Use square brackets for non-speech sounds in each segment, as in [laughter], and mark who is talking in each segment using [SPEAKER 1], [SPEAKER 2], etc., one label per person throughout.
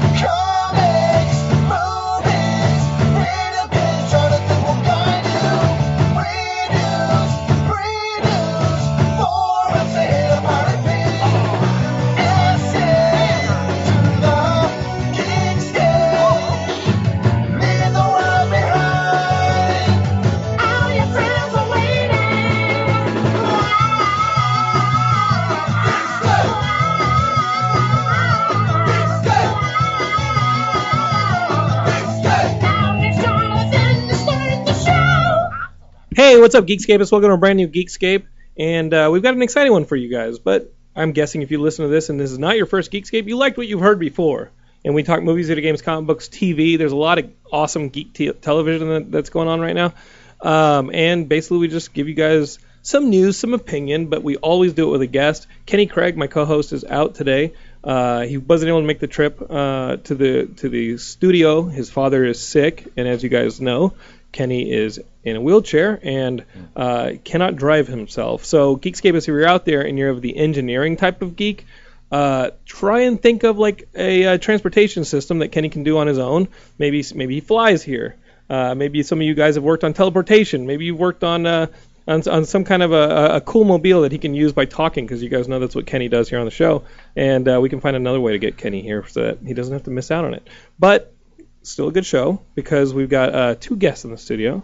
[SPEAKER 1] Comics, movies, read a bit, try to think what kind you reduce, reduce, forums to hit up our repeat. Essay to the geek scale, leave the world behind. All your friends are waiting. Geek scale.
[SPEAKER 2] Hey, what's up, Geekscape? It's welcome to a brand new Geekscape, and uh, we've got an exciting one for you guys. But I'm guessing if you listen to this and this is not your first Geekscape, you liked what you've heard before. And we talk movies, video games, comic books, TV. There's a lot of awesome geek te- television that, that's going on right now. Um, and basically, we just give you guys some news, some opinion, but we always do it with a guest. Kenny Craig, my co-host, is out today. Uh, he wasn't able to make the trip uh, to the to the studio. His father is sick, and as you guys know, Kenny is in a wheelchair and uh, cannot drive himself. So, Geekscape, if you're out there and you're of the engineering type of geek, uh, try and think of like a, uh transportation system that Kenny can do on his own. Maybe maybe he flies here. Uh, maybe some of you guys have worked on teleportation. Maybe you've worked on uh, on, on some kind of a, a- a cool mobile that he can use by talking, because you guys know that's what Kenny does here on the show. And uh, we can find another way to get Kenny here so that he doesn't have to miss out on it. But still a good show because we've got uh, two guests in the studio.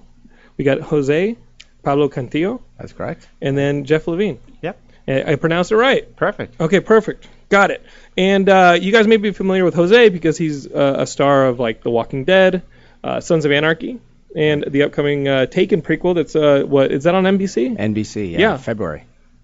[SPEAKER 2] We got Jose Pablo Cantillo
[SPEAKER 3] That's correct.
[SPEAKER 2] and then Jeff Levine.
[SPEAKER 3] Yep.
[SPEAKER 2] I I pronounced it right.
[SPEAKER 3] Perfect.
[SPEAKER 2] Okay, perfect. Got it. And uh, you guys may be familiar with Jose because he's uh, a star of like The Walking Dead, uh, Sons of Anarchy, and the upcoming uh, Taken prequel. That's uh, what is that on NBC?
[SPEAKER 3] NBC. Yeah.
[SPEAKER 2] Yeah.
[SPEAKER 3] February.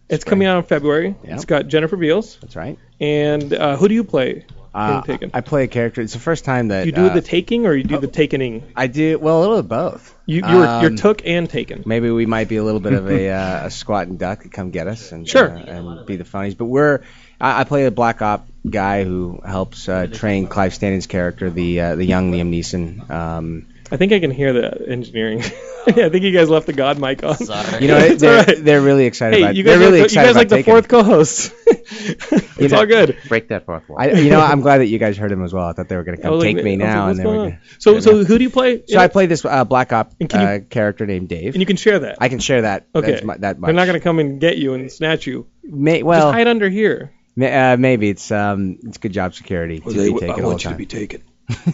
[SPEAKER 2] It's coming out in February.
[SPEAKER 3] Yeah.
[SPEAKER 2] It's got Jennifer Beals.
[SPEAKER 3] That's right.
[SPEAKER 2] And uh, who do you play
[SPEAKER 3] Uh,
[SPEAKER 2] in Taken?
[SPEAKER 3] I play a character. It's the first time that
[SPEAKER 2] you do
[SPEAKER 3] uh,
[SPEAKER 2] the taking or you do the takening?
[SPEAKER 3] I do well a little of both.
[SPEAKER 2] You you were you're
[SPEAKER 3] Um,
[SPEAKER 2] took and taken.
[SPEAKER 3] Maybe we might be a little bit
[SPEAKER 2] [laughs]
[SPEAKER 3] of a, uh, a squat and duck. Come get us and
[SPEAKER 2] Sure.
[SPEAKER 3] uh, and be the funnies. But we're I, I play a black op guy who helps uh, train Clive Stanton's character, the uh, the young Liam Neeson. Um,
[SPEAKER 2] I think I can hear the engineering. [laughs] yeah, I think you guys left the god mic on.
[SPEAKER 3] you
[SPEAKER 2] [laughs]
[SPEAKER 3] know
[SPEAKER 2] It's
[SPEAKER 3] they're,
[SPEAKER 2] all right.
[SPEAKER 3] they're really excited
[SPEAKER 2] Hey,
[SPEAKER 3] about.
[SPEAKER 2] you
[SPEAKER 3] they're
[SPEAKER 2] guys,
[SPEAKER 3] really
[SPEAKER 2] like, the- you
[SPEAKER 3] excited
[SPEAKER 2] guys
[SPEAKER 3] about
[SPEAKER 2] like the
[SPEAKER 3] taking
[SPEAKER 2] fourth
[SPEAKER 3] it.
[SPEAKER 2] co-host. [laughs] it's
[SPEAKER 3] know,
[SPEAKER 2] all good.
[SPEAKER 4] break that fourth wall.
[SPEAKER 3] I, you know I'm glad that you guys heard him as well. I thought they were
[SPEAKER 2] [laughs]
[SPEAKER 3] going to
[SPEAKER 2] I
[SPEAKER 3] come
[SPEAKER 2] was
[SPEAKER 3] take
[SPEAKER 2] like,
[SPEAKER 3] me
[SPEAKER 2] Oh, I was like, what's
[SPEAKER 3] now, and they were
[SPEAKER 2] going on?
[SPEAKER 3] gonna-
[SPEAKER 2] So,
[SPEAKER 3] they're
[SPEAKER 2] so
[SPEAKER 3] not.
[SPEAKER 2] who do you play?
[SPEAKER 3] So I play this uh, Black Op
[SPEAKER 2] And can you-
[SPEAKER 3] uh, character named Dave.
[SPEAKER 2] and you can share that.
[SPEAKER 3] I can share that.
[SPEAKER 2] okay,
[SPEAKER 3] That's my, that much.
[SPEAKER 2] they're not gonna come and get you and snatch you.
[SPEAKER 3] May,
[SPEAKER 2] Just
[SPEAKER 3] well,
[SPEAKER 2] hide under here.
[SPEAKER 3] [laughs] ma- uh, maybe it's um, it's good job security to be taken all the time.
[SPEAKER 2] taken.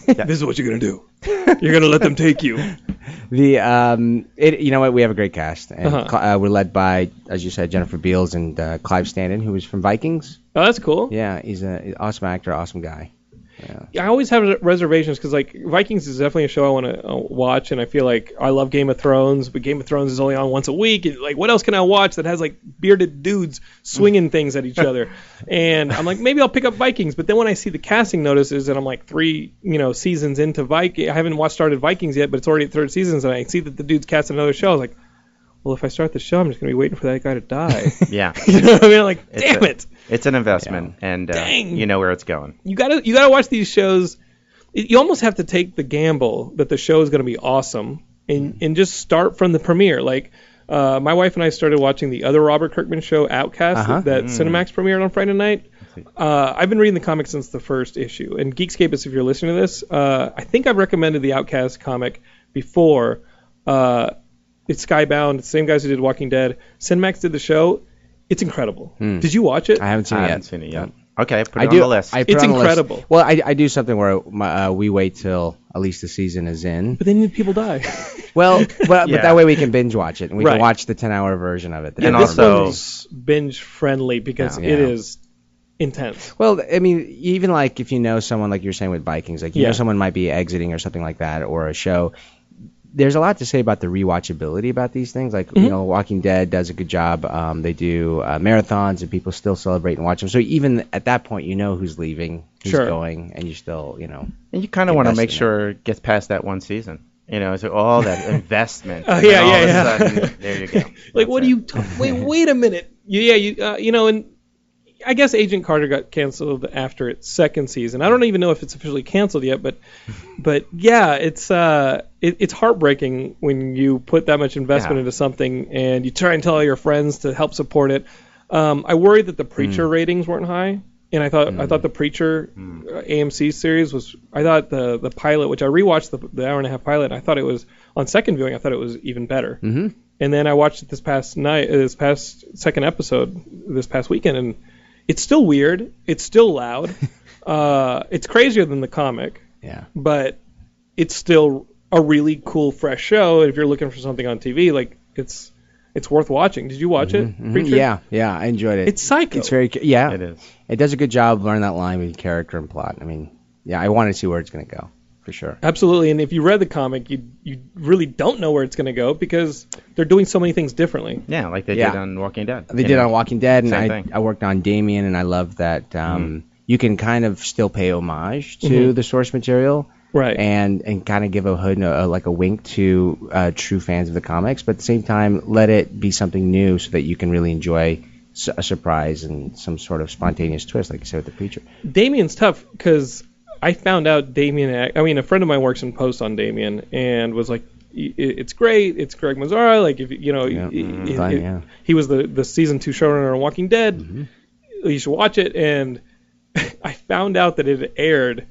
[SPEAKER 2] this is what you're gonna do. You're gonna let them take
[SPEAKER 3] [laughs]
[SPEAKER 2] you.
[SPEAKER 3] The um, it you know what we have a great cast and
[SPEAKER 2] Uh-huh.
[SPEAKER 3] Cl- uh, we're led by as you said Jennifer Beals and uh, Clive Stanton who was from Vikings.
[SPEAKER 2] Oh, that's cool.
[SPEAKER 3] Yeah, he's an awesome actor, awesome guy.
[SPEAKER 2] I always have reservations because like Vikings is definitely a show I want to uh, watch, and I feel like I love Game of Thrones, but Game of Thrones is only on once a week. And, like, what else can I watch that has like bearded dudes swinging things at each other? And I'm like, maybe I'll pick up Vikings, but then when I see the casting notices, and I'm like three, you know, seasons into Viking, I haven't watched started Vikings yet, but it's already at third seasons, and I see that the dude's casting another show. I was like, well, if I start the show, I'm just gonna be waiting for that guy to die.
[SPEAKER 4] [laughs]
[SPEAKER 3] [laughs]
[SPEAKER 4] yeah,
[SPEAKER 2] [laughs] you know what I mean? I'm like,
[SPEAKER 4] It's
[SPEAKER 2] damn
[SPEAKER 4] a-
[SPEAKER 2] it.
[SPEAKER 4] it's an investment, and uh,
[SPEAKER 2] Dang.
[SPEAKER 4] you know where it's going.
[SPEAKER 2] you gotta you gotta watch these shows. y- You almost have to take the gamble that the show is gonna be awesome and
[SPEAKER 3] Mm-hmm.
[SPEAKER 2] and just start from the premiere. Like uh, my wife and I started watching the other Robert Kirkman show, Outcast,
[SPEAKER 3] Uh-huh.
[SPEAKER 2] that Cinemax premiered on Friday night. Uh, I've been reading the comic since the first issue. And Geekscape is if you're listening to this, uh, I think I've recommended the Outcast comic before. Uh, it's Skybound, same guys who did Walking Dead. Cinemax did the show. It's incredible. Did you watch it?
[SPEAKER 3] Hmm. I haven't seen
[SPEAKER 4] I
[SPEAKER 3] it
[SPEAKER 4] haven't
[SPEAKER 3] yet.
[SPEAKER 4] seen it yet. Okay, put it
[SPEAKER 3] I
[SPEAKER 4] on
[SPEAKER 3] do.
[SPEAKER 4] the list.
[SPEAKER 3] I put
[SPEAKER 2] It's
[SPEAKER 3] it on the list.
[SPEAKER 2] incredible.
[SPEAKER 3] Well, I, I do something where my, uh, we wait till at least the season is in.
[SPEAKER 2] but then people die. [laughs]
[SPEAKER 3] Well, but,
[SPEAKER 4] [laughs] Yeah.
[SPEAKER 3] but that way we can binge watch it and we
[SPEAKER 2] Right.
[SPEAKER 3] can watch the 10 hour version of it. the
[SPEAKER 4] And
[SPEAKER 3] 10-hour
[SPEAKER 2] this
[SPEAKER 4] also-
[SPEAKER 3] version.
[SPEAKER 2] one's binge friendly because
[SPEAKER 3] Yeah.
[SPEAKER 2] it
[SPEAKER 3] Yeah.
[SPEAKER 2] is intense.
[SPEAKER 3] Well, I mean, even like if you know someone, like you were saying with Vikings, like you
[SPEAKER 2] Yeah.
[SPEAKER 3] know someone might be exiting or something like that, or a show. There's a lot to say about the rewatchability about these things. Like
[SPEAKER 2] Mm-hmm.
[SPEAKER 3] you know, Walking Dead does a good job. Um, they do uh, marathons, and people still celebrate and watch them. So even at that point, you know who's leaving, who's
[SPEAKER 2] Sure.
[SPEAKER 3] going, and you still, you know,
[SPEAKER 4] and you kind of want to
[SPEAKER 3] Invest
[SPEAKER 4] make
[SPEAKER 3] in it.
[SPEAKER 4] sure it gets past that one season. You know, so
[SPEAKER 3] [laughs]
[SPEAKER 4] all that investment. Oh
[SPEAKER 2] yeah, yeah, yeah.
[SPEAKER 4] there you go.
[SPEAKER 2] Like,
[SPEAKER 4] That's
[SPEAKER 2] what
[SPEAKER 4] it.
[SPEAKER 2] do you? T- wait, wait a minute. You- [laughs] Yeah, you, uh, you know, and I guess Agent Carter got canceled after its second season. I don't even know if it's officially canceled yet, [laughs] but, but yeah, it's uh, it, it's heartbreaking when you put that much investment
[SPEAKER 4] Yeah.
[SPEAKER 2] into something and you try and tell all your friends to help support it. Um, I worried that the Preacher ratings weren't high, and I thought I thought the Preacher uh, AMC series was. I thought the the pilot, which I rewatched the, the hour and a half pilot, and I thought it was on second viewing. I thought it was even better. Mm-hmm. And then I watched it this past night, uh, this past second episode, this past weekend, and it's still weird. It's still
[SPEAKER 3] [laughs]
[SPEAKER 2] loud. uh, it's crazier than the comic,
[SPEAKER 3] yeah.
[SPEAKER 2] but it's still a really cool, fresh show. If you're looking for something on TV, like it's it's worth watching. Did you watch it? Preacher?
[SPEAKER 3] Mm-hmm. Yeah, yeah, I enjoyed it.
[SPEAKER 2] It's psycho.
[SPEAKER 3] It's very cu- [laughs] yeah.
[SPEAKER 4] It is.
[SPEAKER 3] It does a good job learning that line between character and plot. I mean, yeah, I want to see where it's gonna go for sure.
[SPEAKER 2] Absolutely, and if you read the comic, you you really don't know where it's going to go because they're doing so many things differently.
[SPEAKER 4] Yeah, like they
[SPEAKER 3] Yeah.
[SPEAKER 4] did on Walking Dead.
[SPEAKER 3] They
[SPEAKER 4] you
[SPEAKER 3] did
[SPEAKER 4] know.
[SPEAKER 3] on Walking Dead, and
[SPEAKER 4] Same
[SPEAKER 3] I,
[SPEAKER 4] thing. Mm-hmm.
[SPEAKER 3] I worked on Damien, and I love that um, you can kind of still pay homage to the source material,
[SPEAKER 2] Right.
[SPEAKER 3] And and kind of give a hood, and a, like a wink to uh, true fans of the comics, but at the same time, let it be something new so that you can really enjoy s- a surprise and some sort of spontaneous twist, like you said with the preacher.
[SPEAKER 2] Damien's tough because I found out Damien. act- I mean, a friend of mine works in post on Damien and was like, "I- "It's great. It's Greg Mazzara. Like, if you- you know, i- i-
[SPEAKER 3] mm, fine,
[SPEAKER 2] i-
[SPEAKER 3] yeah.
[SPEAKER 2] he was the the season two showrunner on Walking Dead.
[SPEAKER 3] Mm-hmm.
[SPEAKER 2] You should watch it." And [laughs] I found out that it had aired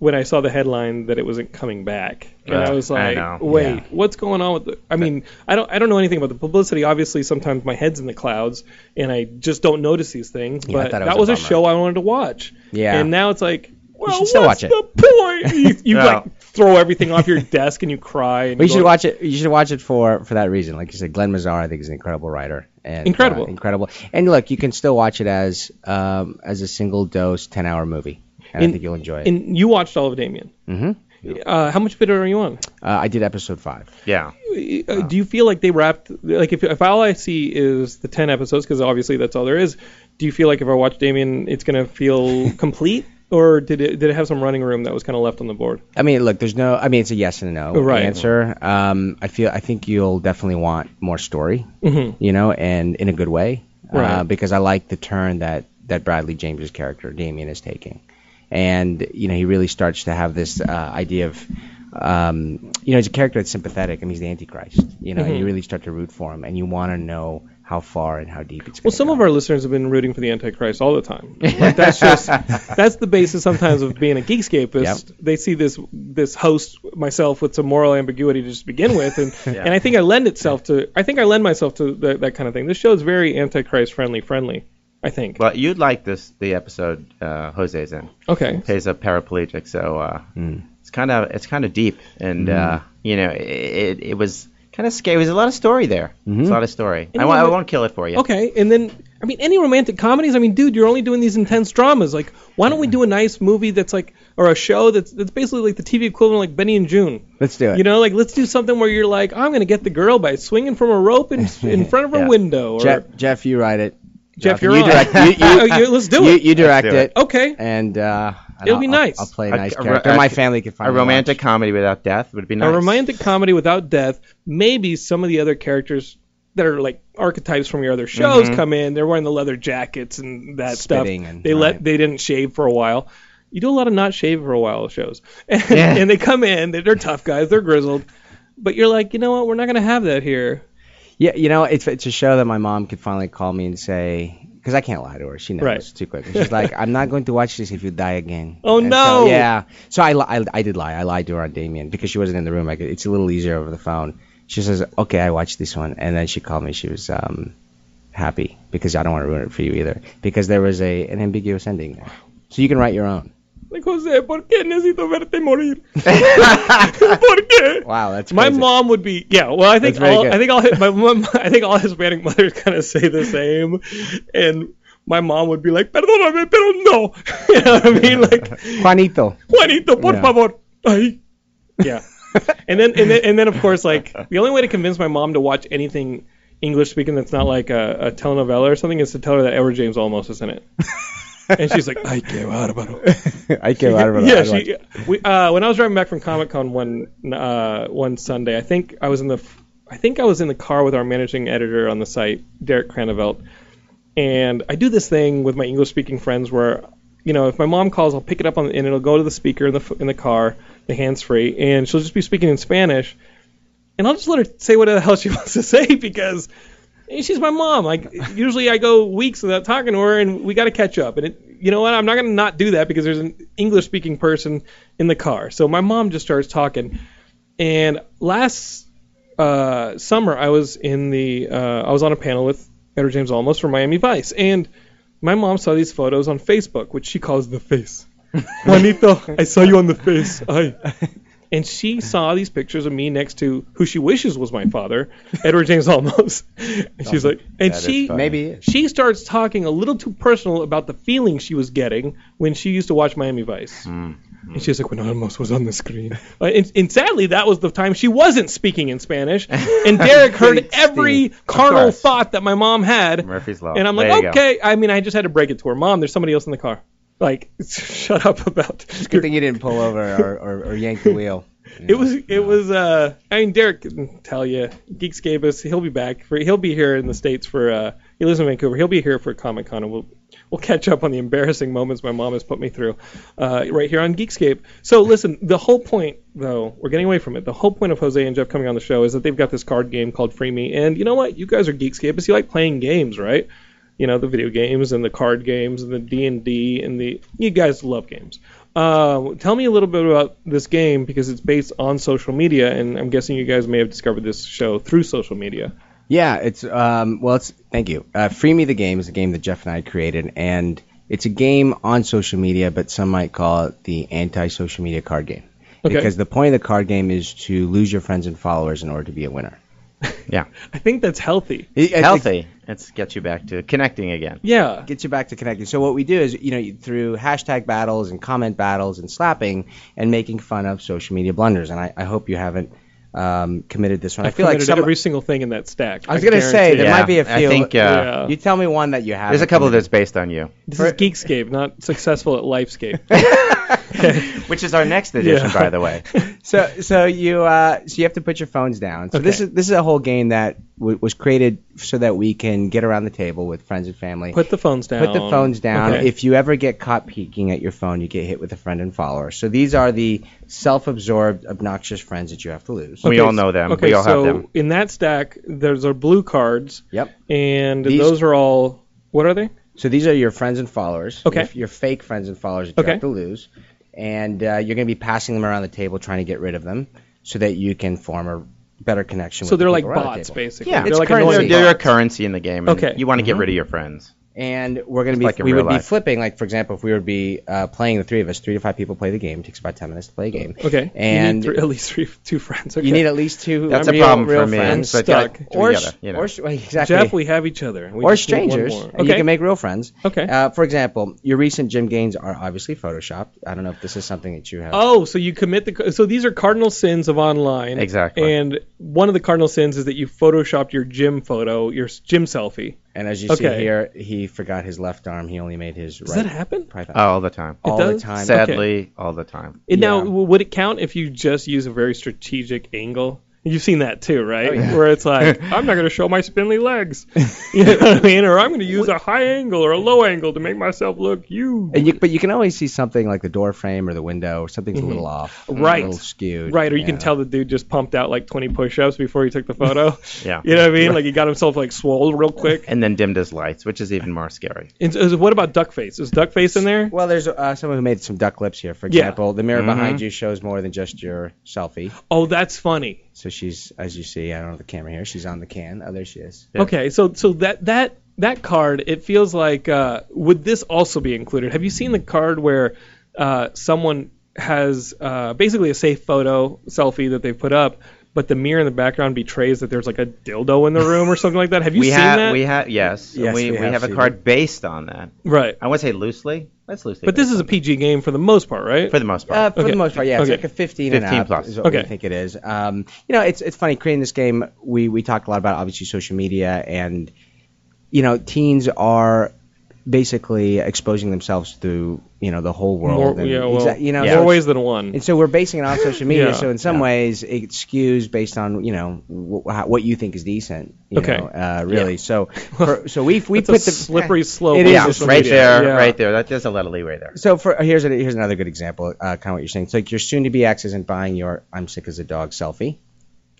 [SPEAKER 2] when I saw the headline that it wasn't coming back, and I
[SPEAKER 4] Ugh,
[SPEAKER 2] was
[SPEAKER 4] I
[SPEAKER 2] like,
[SPEAKER 4] know.
[SPEAKER 2] "Wait,
[SPEAKER 3] Yeah.
[SPEAKER 2] what's going on with the?" I mean, I don't, I don't know anything about the publicity. Obviously, sometimes my head's in the clouds and I just don't notice these things.
[SPEAKER 3] I
[SPEAKER 2] But
[SPEAKER 3] thought it
[SPEAKER 2] that was
[SPEAKER 3] was
[SPEAKER 2] a,
[SPEAKER 3] a
[SPEAKER 2] show I wanted to watch.
[SPEAKER 3] Yeah.
[SPEAKER 2] And now it's like, well,
[SPEAKER 3] should still
[SPEAKER 2] what's
[SPEAKER 3] watch it.
[SPEAKER 2] the point?
[SPEAKER 3] [laughs]
[SPEAKER 2] You, you
[SPEAKER 4] Yeah.
[SPEAKER 2] like throw everything off your desk and you cry. And
[SPEAKER 3] But you
[SPEAKER 2] go-
[SPEAKER 3] should watch it. You should watch it for for that reason. Like you said, Glenn Mazzara, I think, is an incredible writer. And,
[SPEAKER 2] Incredible.
[SPEAKER 3] uh, incredible. And look, you can still watch it as um, as a single dose, ten hour movie, and I think you'll enjoy it.
[SPEAKER 2] And you watched all of Damien. Mm-hmm. Uh, how much bitter are you on?
[SPEAKER 3] uh, I did episode five.
[SPEAKER 4] Yeah.
[SPEAKER 2] Uh, do you feel like they wrapped like if, if all I see is the ten episodes because obviously that's all there is? Do you feel like if I watch Damien, it's gonna
[SPEAKER 3] [laughs]
[SPEAKER 2] feel complete, or did it did it have some running room that was kind of left on the board?
[SPEAKER 3] I mean, look, there's no. I mean, it's a yes and a no
[SPEAKER 2] Oh, Right.
[SPEAKER 3] answer. Um, I feel. I think you'll definitely want more story. You know, and in a good way.
[SPEAKER 2] Mm-hmm. Right.
[SPEAKER 3] Uh, because I like the turn that that Bradley James's character Damien is taking, and you know he really starts to have this uh, idea of. Um, you know, he's a character that's sympathetic. I mean, he's the Antichrist. You know,
[SPEAKER 2] Mm-hmm.
[SPEAKER 3] and you really start to root for him, and you want to know how far and how deep it's.
[SPEAKER 2] Well,
[SPEAKER 3] going
[SPEAKER 2] some
[SPEAKER 3] go.
[SPEAKER 2] of our listeners have been rooting for the Antichrist all the time. Like, that's just that's the basis sometimes of being a geekscapist.
[SPEAKER 3] Yep.
[SPEAKER 2] They see this this host myself with some moral ambiguity to just begin with, and and I think I lend itself to I think I lend myself to that that kind of thing. This show is very Antichrist friendly friendly. I think.
[SPEAKER 4] Well, you'd like this the episode uh, Jose's in.
[SPEAKER 2] okay.
[SPEAKER 4] He's a paraplegic, so uh,
[SPEAKER 3] Hmm.
[SPEAKER 4] it's kind of it's kind of deep, and uh, you know it, it, it was kind of scary. There's a lot of story there.
[SPEAKER 3] Mm-hmm.
[SPEAKER 4] It's a lot of story. I, won't- I won't kill it for you.
[SPEAKER 2] Okay, and then I mean any romantic comedies. I mean, dude, you're only doing these intense dramas. Like, why don't we do a nice movie that's like or a show that's that's basically like the TV equivalent of, like Benny and June.
[SPEAKER 3] Let's do it.
[SPEAKER 2] You know, like let's do something where you're like, I'm gonna get the girl by swinging from a rope in,
[SPEAKER 3] [laughs]
[SPEAKER 2] in front of a
[SPEAKER 4] Yeah.
[SPEAKER 2] window. Or
[SPEAKER 3] Jeff, Jeff, you write it.
[SPEAKER 2] Jeff,
[SPEAKER 3] you
[SPEAKER 2] you're on. [laughs]
[SPEAKER 3] direct. You, you,
[SPEAKER 2] Oh, you- let's do
[SPEAKER 3] you,
[SPEAKER 2] it.
[SPEAKER 3] you direct
[SPEAKER 4] do it.
[SPEAKER 3] it.
[SPEAKER 2] okay.
[SPEAKER 3] and uh, and
[SPEAKER 2] It'll
[SPEAKER 3] I'll-
[SPEAKER 2] be
[SPEAKER 3] I'll-
[SPEAKER 2] nice.
[SPEAKER 3] I'll, play a
[SPEAKER 4] A-
[SPEAKER 3] nice
[SPEAKER 4] a ro-
[SPEAKER 3] character. My
[SPEAKER 4] actually,
[SPEAKER 3] family could find
[SPEAKER 4] A romantic comedy without death would be nice.
[SPEAKER 2] A romantic comedy without death. Maybe some of the other characters that are like archetypes from your other shows come in. They're wearing the leather jackets and that
[SPEAKER 3] Mm-hmm. Spitting
[SPEAKER 2] stuff.
[SPEAKER 3] and-
[SPEAKER 2] they let
[SPEAKER 3] right.
[SPEAKER 2] they didn't shave for a while. You do a lot of not shave for a while shows, [laughs] and, and they come in. They're, they're tough guys. They're grizzled, but you're like, you know what? We're not gonna have that here.
[SPEAKER 3] Yeah, you know, it's it's a show that my mom could finally call me and say. Because I can't lie to her. She knows
[SPEAKER 2] Right.
[SPEAKER 3] it's too quick. And She's like, I'm not going to watch this if you die again.
[SPEAKER 2] Oh,
[SPEAKER 3] And
[SPEAKER 2] no.
[SPEAKER 3] So, yeah. So I, li- I I did lie. I lied to her on Damien because she wasn't in the room. I could, it's a little easier over the phone. She says, okay, I watched this one, and then she called me. She was um happy because I don't want to ruin it for you either because there was a an ambiguous ending there. So you can write your own.
[SPEAKER 2] Like, Jose, ¿por qué necesito verte
[SPEAKER 3] [laughs]
[SPEAKER 2] morir? ¿Por qué?
[SPEAKER 3] Wow, that's
[SPEAKER 2] My
[SPEAKER 3] crazy.
[SPEAKER 2] mom would be yeah. Well, I think
[SPEAKER 3] That's very
[SPEAKER 2] all,
[SPEAKER 3] good.
[SPEAKER 2] I think all my mom, I think all Hispanic mothers kind of say the same, and my mom would be like, "Perdóname, pero no." [laughs] you know what I mean? Like,
[SPEAKER 3] Juanito. [laughs]
[SPEAKER 2] Juanito, por
[SPEAKER 3] Yeah.
[SPEAKER 2] favor. Ay.
[SPEAKER 3] [laughs]
[SPEAKER 2] Yeah. and then and then and then of course like the only way to convince my mom to watch anything English speaking that's not like a, a telenovela or something is to tell her that Edward James Olmos is in it. and she's like, "Ay, qué bárbaro."
[SPEAKER 3] I came out of it.
[SPEAKER 2] [laughs] yeah, she, we, uh, when I was driving back from Comic Con one uh, one Sunday, I think I was in the f- I think I was in the car with our managing editor on the site, Derek Cranevelt, and I do this thing with my English speaking friends where you know if my mom calls, I'll pick it up on and it'll go to the speaker in the f- in the car, the hands free, and she'll just be speaking in Spanish, and I'll just let her say whatever the hell she [laughs] wants to say because. And she's my mom. Like usually I go weeks without talking to her, and we got to catch up. And it, you know what? I'm not gonna not do that because there's an English-speaking person in the car. So my mom just starts talking. And last uh, summer I was in the uh, I was on a panel with Edward James Olmos from Miami Vice, and my mom saw these photos on Facebook, which she calls the face. Juanito, I saw you on the face. Ay. And she saw these pictures of me next to who she wishes was my father, Edward James Olmos. [laughs] And she's like, and
[SPEAKER 4] That is
[SPEAKER 2] she
[SPEAKER 4] funny.
[SPEAKER 3] Maybe it is.
[SPEAKER 2] she starts talking a little too personal about the feeling she was getting when she used to watch Miami Vice.
[SPEAKER 4] Mm,
[SPEAKER 2] And she's like, when Olmos was on the screen. Uh, and, and sadly, that was the time she wasn't speaking in Spanish.
[SPEAKER 4] [laughs]
[SPEAKER 2] And Derek heard every carnal
[SPEAKER 4] course.
[SPEAKER 2] thought that my mom had.
[SPEAKER 4] Murphy's Law.
[SPEAKER 2] And I'm
[SPEAKER 4] There you
[SPEAKER 2] like,
[SPEAKER 4] go.
[SPEAKER 2] okay. I mean, I just had to break it to her. Mom, there's somebody else in the car. Like, [laughs] shut up about.
[SPEAKER 3] Good thing you didn't pull over or, or, or yank the wheel.
[SPEAKER 2] It was it was uh I mean Derek can tell you Geekscape is he'll be back for he'll be here in the states for uh he lives in Vancouver he'll be here for Comic Con and we'll we'll catch up on the embarrassing moments my mom has put me through uh, right here on Geekscape. So listen, the whole point though we're getting away from it. The whole point of Jose and Jeff coming on the show is that they've got this card game called Free Me and you know what you guys are Geekscapists you like playing games right? You know the video games and the card games and the D and D and the you guys love games. Uh, tell me a little bit about this game because it's based on social media, and I'm guessing you guys may have discovered this show through social media.
[SPEAKER 3] [laughs] Yeah, it's um, well, it's thank you. Uh, Free Me the Game is a game that Jeff and I created, and it's a game on social media, but some might call it the anti-social media card game.
[SPEAKER 2] Okay.
[SPEAKER 3] Because the point of the card game is to lose your friends and followers in order to be a winner.
[SPEAKER 4] Yeah.
[SPEAKER 2] I think that's healthy.
[SPEAKER 3] It- it-
[SPEAKER 4] Healthy. It's gets you back to connecting again.
[SPEAKER 2] Yeah.
[SPEAKER 3] gets you back to connecting. So what we do is, you know, you- through hashtag battles and comment battles and slapping and making fun of social media blunders. And I, I hope you haven't um, committed this one. I,
[SPEAKER 2] I
[SPEAKER 3] feel like some.
[SPEAKER 2] every single thing in that stack.
[SPEAKER 3] I was gonna
[SPEAKER 2] guarantee
[SPEAKER 3] say there
[SPEAKER 2] it.
[SPEAKER 3] might be a few.
[SPEAKER 4] I think, uh,
[SPEAKER 2] Yeah.
[SPEAKER 3] You tell me one that you have.
[SPEAKER 4] There's a couple that's based on you,
[SPEAKER 2] this is Geekscape, not successful at Lifescape.
[SPEAKER 3] [laughs]
[SPEAKER 4] which is
[SPEAKER 2] [laughs]
[SPEAKER 4] our next edition, by the way.
[SPEAKER 3] So so you uh, so you have to put your phones down. So this is this is a whole game that w- was created so that we can get around the table with friends and family.
[SPEAKER 2] Put the phones down.
[SPEAKER 3] Put the phones down.
[SPEAKER 2] Okay.
[SPEAKER 3] If you ever get caught peeking at your phone, you get hit with a friend and follower. So these are the self-absorbed, obnoxious friends that you have to lose.
[SPEAKER 4] We all know them.
[SPEAKER 2] Okay,
[SPEAKER 4] we all
[SPEAKER 2] so
[SPEAKER 4] have them.
[SPEAKER 2] in that stack, there's our blue cards.
[SPEAKER 3] Yep.
[SPEAKER 2] And
[SPEAKER 3] These-
[SPEAKER 2] those are all. What are they?
[SPEAKER 3] So these are your friends and followers.
[SPEAKER 2] Okay.
[SPEAKER 3] Your, your fake friends and followers that you
[SPEAKER 2] Okay.
[SPEAKER 3] have to lose, and uh, you're going to be passing them around the table, trying to get rid of them, so that you can form a better connection.
[SPEAKER 2] So
[SPEAKER 3] with the
[SPEAKER 2] they're like
[SPEAKER 3] people around the
[SPEAKER 2] bots,
[SPEAKER 3] table.
[SPEAKER 2] basically.
[SPEAKER 4] Yeah,
[SPEAKER 2] they're
[SPEAKER 4] it's
[SPEAKER 2] like
[SPEAKER 4] currency.
[SPEAKER 2] annoying
[SPEAKER 4] They're a
[SPEAKER 2] bots.
[SPEAKER 4] currency in the game. and
[SPEAKER 2] Okay.
[SPEAKER 4] You want to get
[SPEAKER 3] Mm-hmm.
[SPEAKER 4] rid of your friends.
[SPEAKER 3] and we're going to be
[SPEAKER 4] like in
[SPEAKER 3] we
[SPEAKER 4] real
[SPEAKER 3] would be
[SPEAKER 4] life.
[SPEAKER 3] flipping like for example if we would be uh, playing the three of us three to five people play the game it takes about 10 minutes to play a game
[SPEAKER 2] Okay. you
[SPEAKER 3] and
[SPEAKER 2] need three, at least three, two friends. Okay.
[SPEAKER 3] you need at least two
[SPEAKER 4] [laughs] That's
[SPEAKER 3] real,
[SPEAKER 4] a problem
[SPEAKER 3] real
[SPEAKER 4] for me.
[SPEAKER 3] friends
[SPEAKER 4] So I gotta
[SPEAKER 2] Stuck.
[SPEAKER 4] do
[SPEAKER 3] or,
[SPEAKER 4] together, you know.
[SPEAKER 3] or well, exactly
[SPEAKER 2] Jeff, we have each other. We
[SPEAKER 3] or
[SPEAKER 2] just need one
[SPEAKER 3] strangers
[SPEAKER 2] more.
[SPEAKER 3] and you can make real friends
[SPEAKER 2] Okay.
[SPEAKER 3] uh, for example your recent gym gains are obviously photoshopped I don't know if this is something that you have
[SPEAKER 2] Oh, so you commit the so these are cardinal sins of online.
[SPEAKER 4] Exactly.
[SPEAKER 2] And one of the cardinal sins is that you photoshopped your gym photo, your s- gym selfie.
[SPEAKER 3] and as you see
[SPEAKER 2] okay.
[SPEAKER 3] here he forgot his left arm he only made his
[SPEAKER 2] Does
[SPEAKER 3] right
[SPEAKER 2] that happen? Uh,
[SPEAKER 3] private
[SPEAKER 4] Oh, All the time.
[SPEAKER 3] all
[SPEAKER 2] does?
[SPEAKER 3] the time
[SPEAKER 2] Sad.
[SPEAKER 4] Sadly, all the time.
[SPEAKER 2] And Now,
[SPEAKER 3] Yeah.
[SPEAKER 2] w- would it count if you just use a very strategic angle? You've seen that too,
[SPEAKER 3] Oh,
[SPEAKER 2] right? Where it's
[SPEAKER 3] [laughs]
[SPEAKER 2] like, I'm not going to show my spindly legs. [laughs] You know what I mean? Or I'm going to use a high angle or a low angle to make myself look huge.
[SPEAKER 3] and you, but you can always see something like the door frame or the window something's a little off
[SPEAKER 2] Mm-hmm. Right.
[SPEAKER 3] a little skewed
[SPEAKER 2] Right, or you
[SPEAKER 3] yeah.
[SPEAKER 2] can tell the dude just pumped out like 20 push-ups before he took the photo.
[SPEAKER 4] [laughs] Yeah.
[SPEAKER 2] [laughs] You know what I mean? Like he got himself like swole real quick.
[SPEAKER 4] And then dimmed his lights, which is even more scary.
[SPEAKER 2] And so- what about Duckface? Is Duckface in there?
[SPEAKER 3] Well, there's uh, someone who made some duck lips here. For
[SPEAKER 2] Yeah. Mm-hmm.
[SPEAKER 3] example, the mirror behind you shows more than just your selfie.
[SPEAKER 2] Oh, that's funny.
[SPEAKER 3] So she's, as you see, I don't have the camera here. She's on the can. Oh, there she is.
[SPEAKER 2] Okay, so so that that that card, it feels like uh, would this also be included? Have you seen the card where uh, someone has uh, basically a safe photo selfie that they've put up, but the mirror in the background betrays that there's like a dildo in the room or something like that? Have you
[SPEAKER 4] we
[SPEAKER 2] seen
[SPEAKER 4] have
[SPEAKER 2] that?
[SPEAKER 4] we have yes,
[SPEAKER 3] Yes,
[SPEAKER 4] we,
[SPEAKER 3] we
[SPEAKER 4] we,
[SPEAKER 3] have
[SPEAKER 4] have, a
[SPEAKER 3] seen
[SPEAKER 4] card based on that.
[SPEAKER 2] right,
[SPEAKER 4] I want to say loosely. Let's loosely.
[SPEAKER 2] but this
[SPEAKER 4] based
[SPEAKER 2] is a
[SPEAKER 4] on
[SPEAKER 2] PG game for the most part, right?
[SPEAKER 4] that, for the most part.
[SPEAKER 3] Uh, for
[SPEAKER 2] Okay.
[SPEAKER 3] the most part, yeah, it's
[SPEAKER 2] Okay.
[SPEAKER 3] like a 15, and
[SPEAKER 4] 15
[SPEAKER 3] up
[SPEAKER 4] plus.
[SPEAKER 3] is what we
[SPEAKER 2] Okay.
[SPEAKER 3] think it is. Um, you know, it's it's funny creating this game. We we talked a lot about obviously social media, and you know, teens are basically exposing themselves to you know the whole world.
[SPEAKER 2] more,
[SPEAKER 3] and
[SPEAKER 2] yeah, well,
[SPEAKER 3] exa- you know,
[SPEAKER 2] more
[SPEAKER 3] so it's-
[SPEAKER 2] ways than one.
[SPEAKER 3] and so we're basing it on social media.
[SPEAKER 2] Yeah.
[SPEAKER 3] So in some ways, it skews based on you know wh- how, what you think is decent. You
[SPEAKER 2] Okay.
[SPEAKER 3] Know, uh, really. So for, so we
[SPEAKER 2] [laughs]
[SPEAKER 3] we
[SPEAKER 2] That's a
[SPEAKER 3] put the [laughs]
[SPEAKER 2] slippery slope. on
[SPEAKER 3] It is a
[SPEAKER 4] yeah,
[SPEAKER 2] social
[SPEAKER 4] right
[SPEAKER 2] media.
[SPEAKER 4] there,
[SPEAKER 2] Yeah.
[SPEAKER 4] right there. That there's a lot of leeway there.
[SPEAKER 3] So for here's a, here's another good example, uh, kind of what you're saying. It's like your soon-to-be ex isn't buying your "I'm sick as a dog" selfie.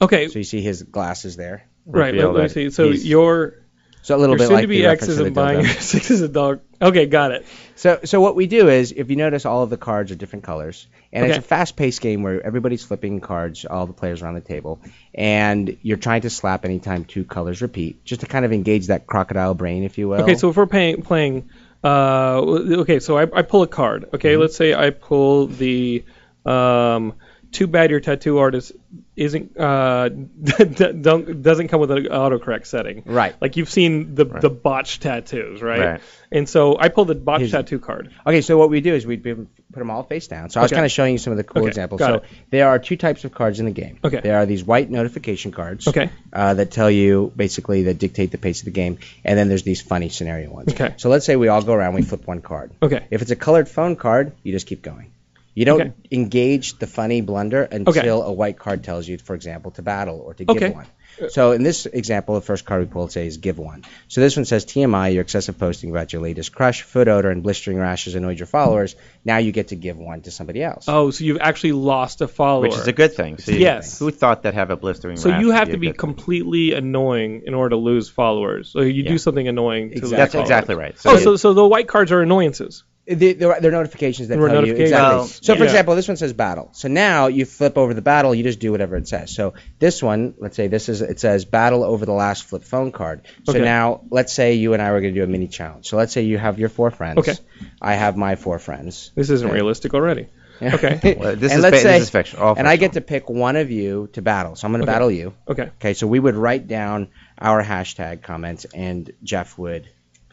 [SPEAKER 2] Okay,
[SPEAKER 3] So you see his glasses there.
[SPEAKER 2] right. Let,
[SPEAKER 4] reveal
[SPEAKER 2] let me
[SPEAKER 4] that
[SPEAKER 2] see. So
[SPEAKER 4] he's-
[SPEAKER 2] your
[SPEAKER 3] So a little
[SPEAKER 2] your
[SPEAKER 3] bit like
[SPEAKER 2] soon-to-be
[SPEAKER 3] the
[SPEAKER 2] ex
[SPEAKER 3] reference to the
[SPEAKER 2] isn't [laughs] buying your
[SPEAKER 3] dildo.
[SPEAKER 2] six as a dog. Okay, got it.
[SPEAKER 3] [laughs] So so what we do is, if you notice, all of the cards are different colors, and it's
[SPEAKER 2] Okay.
[SPEAKER 3] a fast-paced game where everybody's flipping cards, all the players around the table, and you're trying to slap anytime two colors repeat, just to kind of engage that crocodile brain, if you will.
[SPEAKER 2] Okay, so if we're paying, playing, uh, okay, so I, I pull a card. Okay,
[SPEAKER 3] Mm-hmm.
[SPEAKER 2] let's say I pull the, um, too bad your tattoo artist isn't uh, [laughs] d- d- don't, doesn't come with an autocorrect setting.
[SPEAKER 3] Right.
[SPEAKER 2] Like you've seen the the botched tattoos, right?
[SPEAKER 4] Right.
[SPEAKER 2] And so I pull the botched tattoo card.
[SPEAKER 3] Okay, so what we do is we put them all face down. So I was
[SPEAKER 2] Okay.
[SPEAKER 3] kind of showing you some of the cool
[SPEAKER 2] Okay,
[SPEAKER 3] examples.
[SPEAKER 2] got
[SPEAKER 3] So
[SPEAKER 2] it.
[SPEAKER 3] there are two types of cards in the game.
[SPEAKER 2] Okay.
[SPEAKER 3] There are these white notification cards.
[SPEAKER 2] Okay.
[SPEAKER 3] Uh, that tell you basically that dictate the pace of the game, and then there's these funny scenario ones.
[SPEAKER 2] Okay.
[SPEAKER 3] So let's say we all go around, we flip one card.
[SPEAKER 2] Okay.
[SPEAKER 3] If it's a colored phone card, you just keep going. You don't
[SPEAKER 2] Okay.
[SPEAKER 3] engage the funny blunder until
[SPEAKER 2] Okay.
[SPEAKER 3] a white card tells you, for example, to battle or to
[SPEAKER 2] Okay.
[SPEAKER 3] give one. So in this example, the first card we pulled says give one. So this one says TMI, your excessive posting about your latest crush, foot odor, and blistering rashes annoyed your followers. Now you get to give one to somebody else.
[SPEAKER 2] Oh, so you've actually lost a follower.
[SPEAKER 4] Which is a good thing. So you-
[SPEAKER 2] Yes.
[SPEAKER 4] Who thought that have a blistering?
[SPEAKER 2] So
[SPEAKER 4] rash
[SPEAKER 2] you
[SPEAKER 4] would
[SPEAKER 2] have to
[SPEAKER 4] a
[SPEAKER 2] be
[SPEAKER 4] good thing?
[SPEAKER 2] completely annoying in order to lose followers. So you do something annoying to lose
[SPEAKER 3] Exactly. That's
[SPEAKER 2] followers.
[SPEAKER 4] exactly right.
[SPEAKER 2] oh,
[SPEAKER 4] So-
[SPEAKER 2] so so the white cards are annoyances.
[SPEAKER 3] They- They're, they're notifications that
[SPEAKER 2] They're
[SPEAKER 3] tell you
[SPEAKER 2] notifications.
[SPEAKER 3] exactly.
[SPEAKER 4] Well,
[SPEAKER 3] so for
[SPEAKER 2] yeah.
[SPEAKER 3] example, this one says battle. So now you flip over the battle, you just do whatever it says. So this one, let's say this is it says battle over the last flip phone card. So
[SPEAKER 2] Okay.
[SPEAKER 3] now let's say you and I were going to do a mini challenge. So let's say you have your four friends.
[SPEAKER 2] Okay.
[SPEAKER 3] I have my four friends.
[SPEAKER 2] This isn't realistic already. [laughs] Okay.
[SPEAKER 3] [laughs]
[SPEAKER 4] Well, this
[SPEAKER 3] and let's
[SPEAKER 4] is fa- this
[SPEAKER 3] say,
[SPEAKER 4] is fiction- all
[SPEAKER 3] and I get to
[SPEAKER 4] fictional.
[SPEAKER 3] pick one of you to battle. So I'm going to battle you.
[SPEAKER 2] Okay.
[SPEAKER 3] Okay. So we would write down our hashtag comments, and Jeff would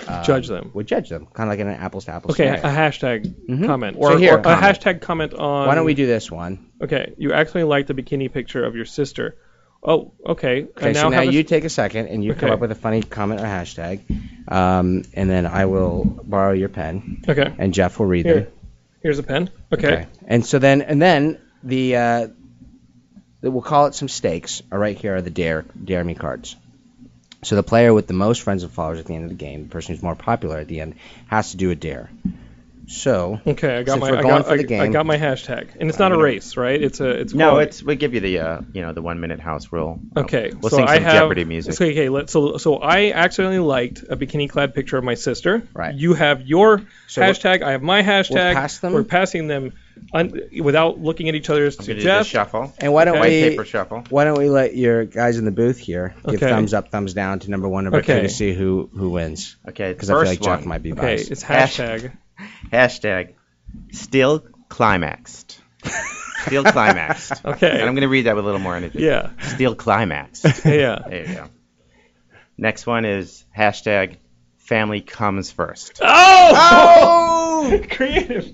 [SPEAKER 3] Uh,
[SPEAKER 2] Judge them.
[SPEAKER 3] would judge them, kind of like in an apples to apples.
[SPEAKER 2] Okay, a hashtag comment.
[SPEAKER 3] Or-
[SPEAKER 2] Or,
[SPEAKER 3] Mm-hmm. here,
[SPEAKER 2] or a
[SPEAKER 3] comment.
[SPEAKER 2] hashtag comment on.
[SPEAKER 3] Why don't we do this one?
[SPEAKER 2] Okay, you actually like the bikini picture of your sister. Oh, okay.
[SPEAKER 3] Okay, so now
[SPEAKER 2] have a-
[SPEAKER 3] you take a second and you come
[SPEAKER 2] Okay.
[SPEAKER 3] up with a funny comment or hashtag, um, and then I will borrow your pen,
[SPEAKER 2] Okay.
[SPEAKER 3] and Jeff will read
[SPEAKER 2] Here.
[SPEAKER 3] them.
[SPEAKER 2] Here's a pen. Okay.
[SPEAKER 3] And so then, and then the, uh, the we'll call it some stakes. All right, here are the dare dare me cards. So the player with the most friends and followers at the end of the game, the person who's more popular at the end, has to do a dare. So
[SPEAKER 2] Okay, I got
[SPEAKER 3] Since
[SPEAKER 2] my
[SPEAKER 3] we're
[SPEAKER 2] I
[SPEAKER 3] going
[SPEAKER 2] got,
[SPEAKER 3] for
[SPEAKER 2] I,
[SPEAKER 3] the
[SPEAKER 2] I
[SPEAKER 3] game.
[SPEAKER 2] got my hashtag, and it's not a race, right? It's a it's
[SPEAKER 3] Oh.
[SPEAKER 4] No,
[SPEAKER 2] quality.
[SPEAKER 4] it's we give you the uh, you know the one minute house rule.
[SPEAKER 2] okay.
[SPEAKER 4] Oh, We'll
[SPEAKER 2] so
[SPEAKER 4] sing
[SPEAKER 2] I
[SPEAKER 4] some
[SPEAKER 2] have
[SPEAKER 4] Jeopardy music.
[SPEAKER 2] so, okay, let so so I accidentally liked a bikini clad picture of my sister.
[SPEAKER 3] Right.
[SPEAKER 2] You have your
[SPEAKER 3] we'll-
[SPEAKER 2] hashtag. I have my hashtag.
[SPEAKER 3] pass them?
[SPEAKER 2] We're passing them un- without looking at each other's.
[SPEAKER 4] Gonna
[SPEAKER 2] To
[SPEAKER 4] do the
[SPEAKER 2] Jeff.
[SPEAKER 4] shuffle.
[SPEAKER 3] And why don't
[SPEAKER 4] White
[SPEAKER 3] we
[SPEAKER 4] paper shuffle.
[SPEAKER 3] Why don't we let your guys in the booth here give
[SPEAKER 2] Okay.
[SPEAKER 3] thumbs up, thumbs down to number one, number two
[SPEAKER 2] Okay.
[SPEAKER 3] to see who who wins.
[SPEAKER 4] Okay,
[SPEAKER 3] Because I feel
[SPEAKER 4] first
[SPEAKER 3] like Jeff
[SPEAKER 4] one.
[SPEAKER 3] might be
[SPEAKER 2] Okay,
[SPEAKER 3] biased.
[SPEAKER 2] it's hashtag.
[SPEAKER 4] Hashtag still climaxed.
[SPEAKER 3] [laughs]
[SPEAKER 4] Still climaxed.
[SPEAKER 2] Okay.
[SPEAKER 4] And I'm going to read that with a little more energy.
[SPEAKER 2] Yeah.
[SPEAKER 4] Still climaxed.
[SPEAKER 2] Yeah.
[SPEAKER 4] [laughs] There you go. Next one is hashtag family comes
[SPEAKER 2] [laughs]
[SPEAKER 4] first.
[SPEAKER 2] Oh! Creative.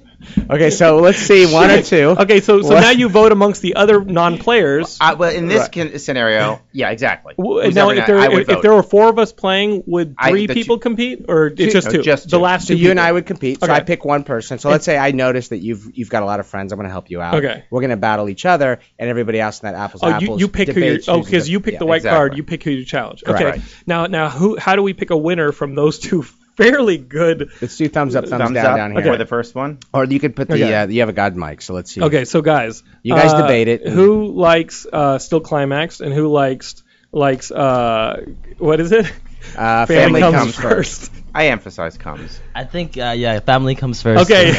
[SPEAKER 3] Okay, so let's see one or two.
[SPEAKER 2] Okay, so, so
[SPEAKER 3] What?
[SPEAKER 2] now you vote amongst the other non-players.
[SPEAKER 4] Uh, well, in this can- scenario, yeah, exactly.
[SPEAKER 2] W-
[SPEAKER 4] Who's
[SPEAKER 2] now,
[SPEAKER 4] ever
[SPEAKER 2] if
[SPEAKER 4] gonna-
[SPEAKER 2] there,
[SPEAKER 4] I would
[SPEAKER 2] if, if
[SPEAKER 4] vote.
[SPEAKER 2] there were four of us playing, would
[SPEAKER 4] I-
[SPEAKER 2] three
[SPEAKER 4] the
[SPEAKER 2] people
[SPEAKER 4] two-
[SPEAKER 2] compete, or it's just
[SPEAKER 4] No,
[SPEAKER 2] two?
[SPEAKER 4] just
[SPEAKER 2] the
[SPEAKER 4] two.
[SPEAKER 2] last
[SPEAKER 3] So
[SPEAKER 2] two.
[SPEAKER 3] you and
[SPEAKER 2] people.
[SPEAKER 3] I would compete. So
[SPEAKER 2] Okay.
[SPEAKER 3] I pick one person. So let's say I notice that you've you've got a lot of friends. I'm going to help you out.
[SPEAKER 2] Okay.
[SPEAKER 3] We're going to battle each other, and everybody else in that apples to
[SPEAKER 2] Oh, you,
[SPEAKER 3] apples
[SPEAKER 2] you pick who you
[SPEAKER 3] debates
[SPEAKER 2] oh
[SPEAKER 3] who's
[SPEAKER 2] because you pick
[SPEAKER 3] yeah,
[SPEAKER 2] the white
[SPEAKER 4] exactly.
[SPEAKER 2] card, you pick who you challenge. Okay.
[SPEAKER 3] Correct.
[SPEAKER 2] Now now who how do we pick a winner from those two [laughs] fairly good?
[SPEAKER 3] Let's do thumbs up, thumbs,
[SPEAKER 4] thumbs
[SPEAKER 3] down
[SPEAKER 4] up
[SPEAKER 3] down here.
[SPEAKER 4] for the first one.
[SPEAKER 3] Or you could put the
[SPEAKER 2] Okay.
[SPEAKER 3] uh, you have a god mic. So let's see.
[SPEAKER 2] [laughs] Okay, so guys, uh,
[SPEAKER 3] You guys debate it.
[SPEAKER 2] Who likes uh, still climaxed and who likes likes uh, what is it? [laughs]
[SPEAKER 3] Uh, family, comes, first.
[SPEAKER 4] I emphasize comes.
[SPEAKER 5] I think uh, yeah, family comes first.
[SPEAKER 2] Okay,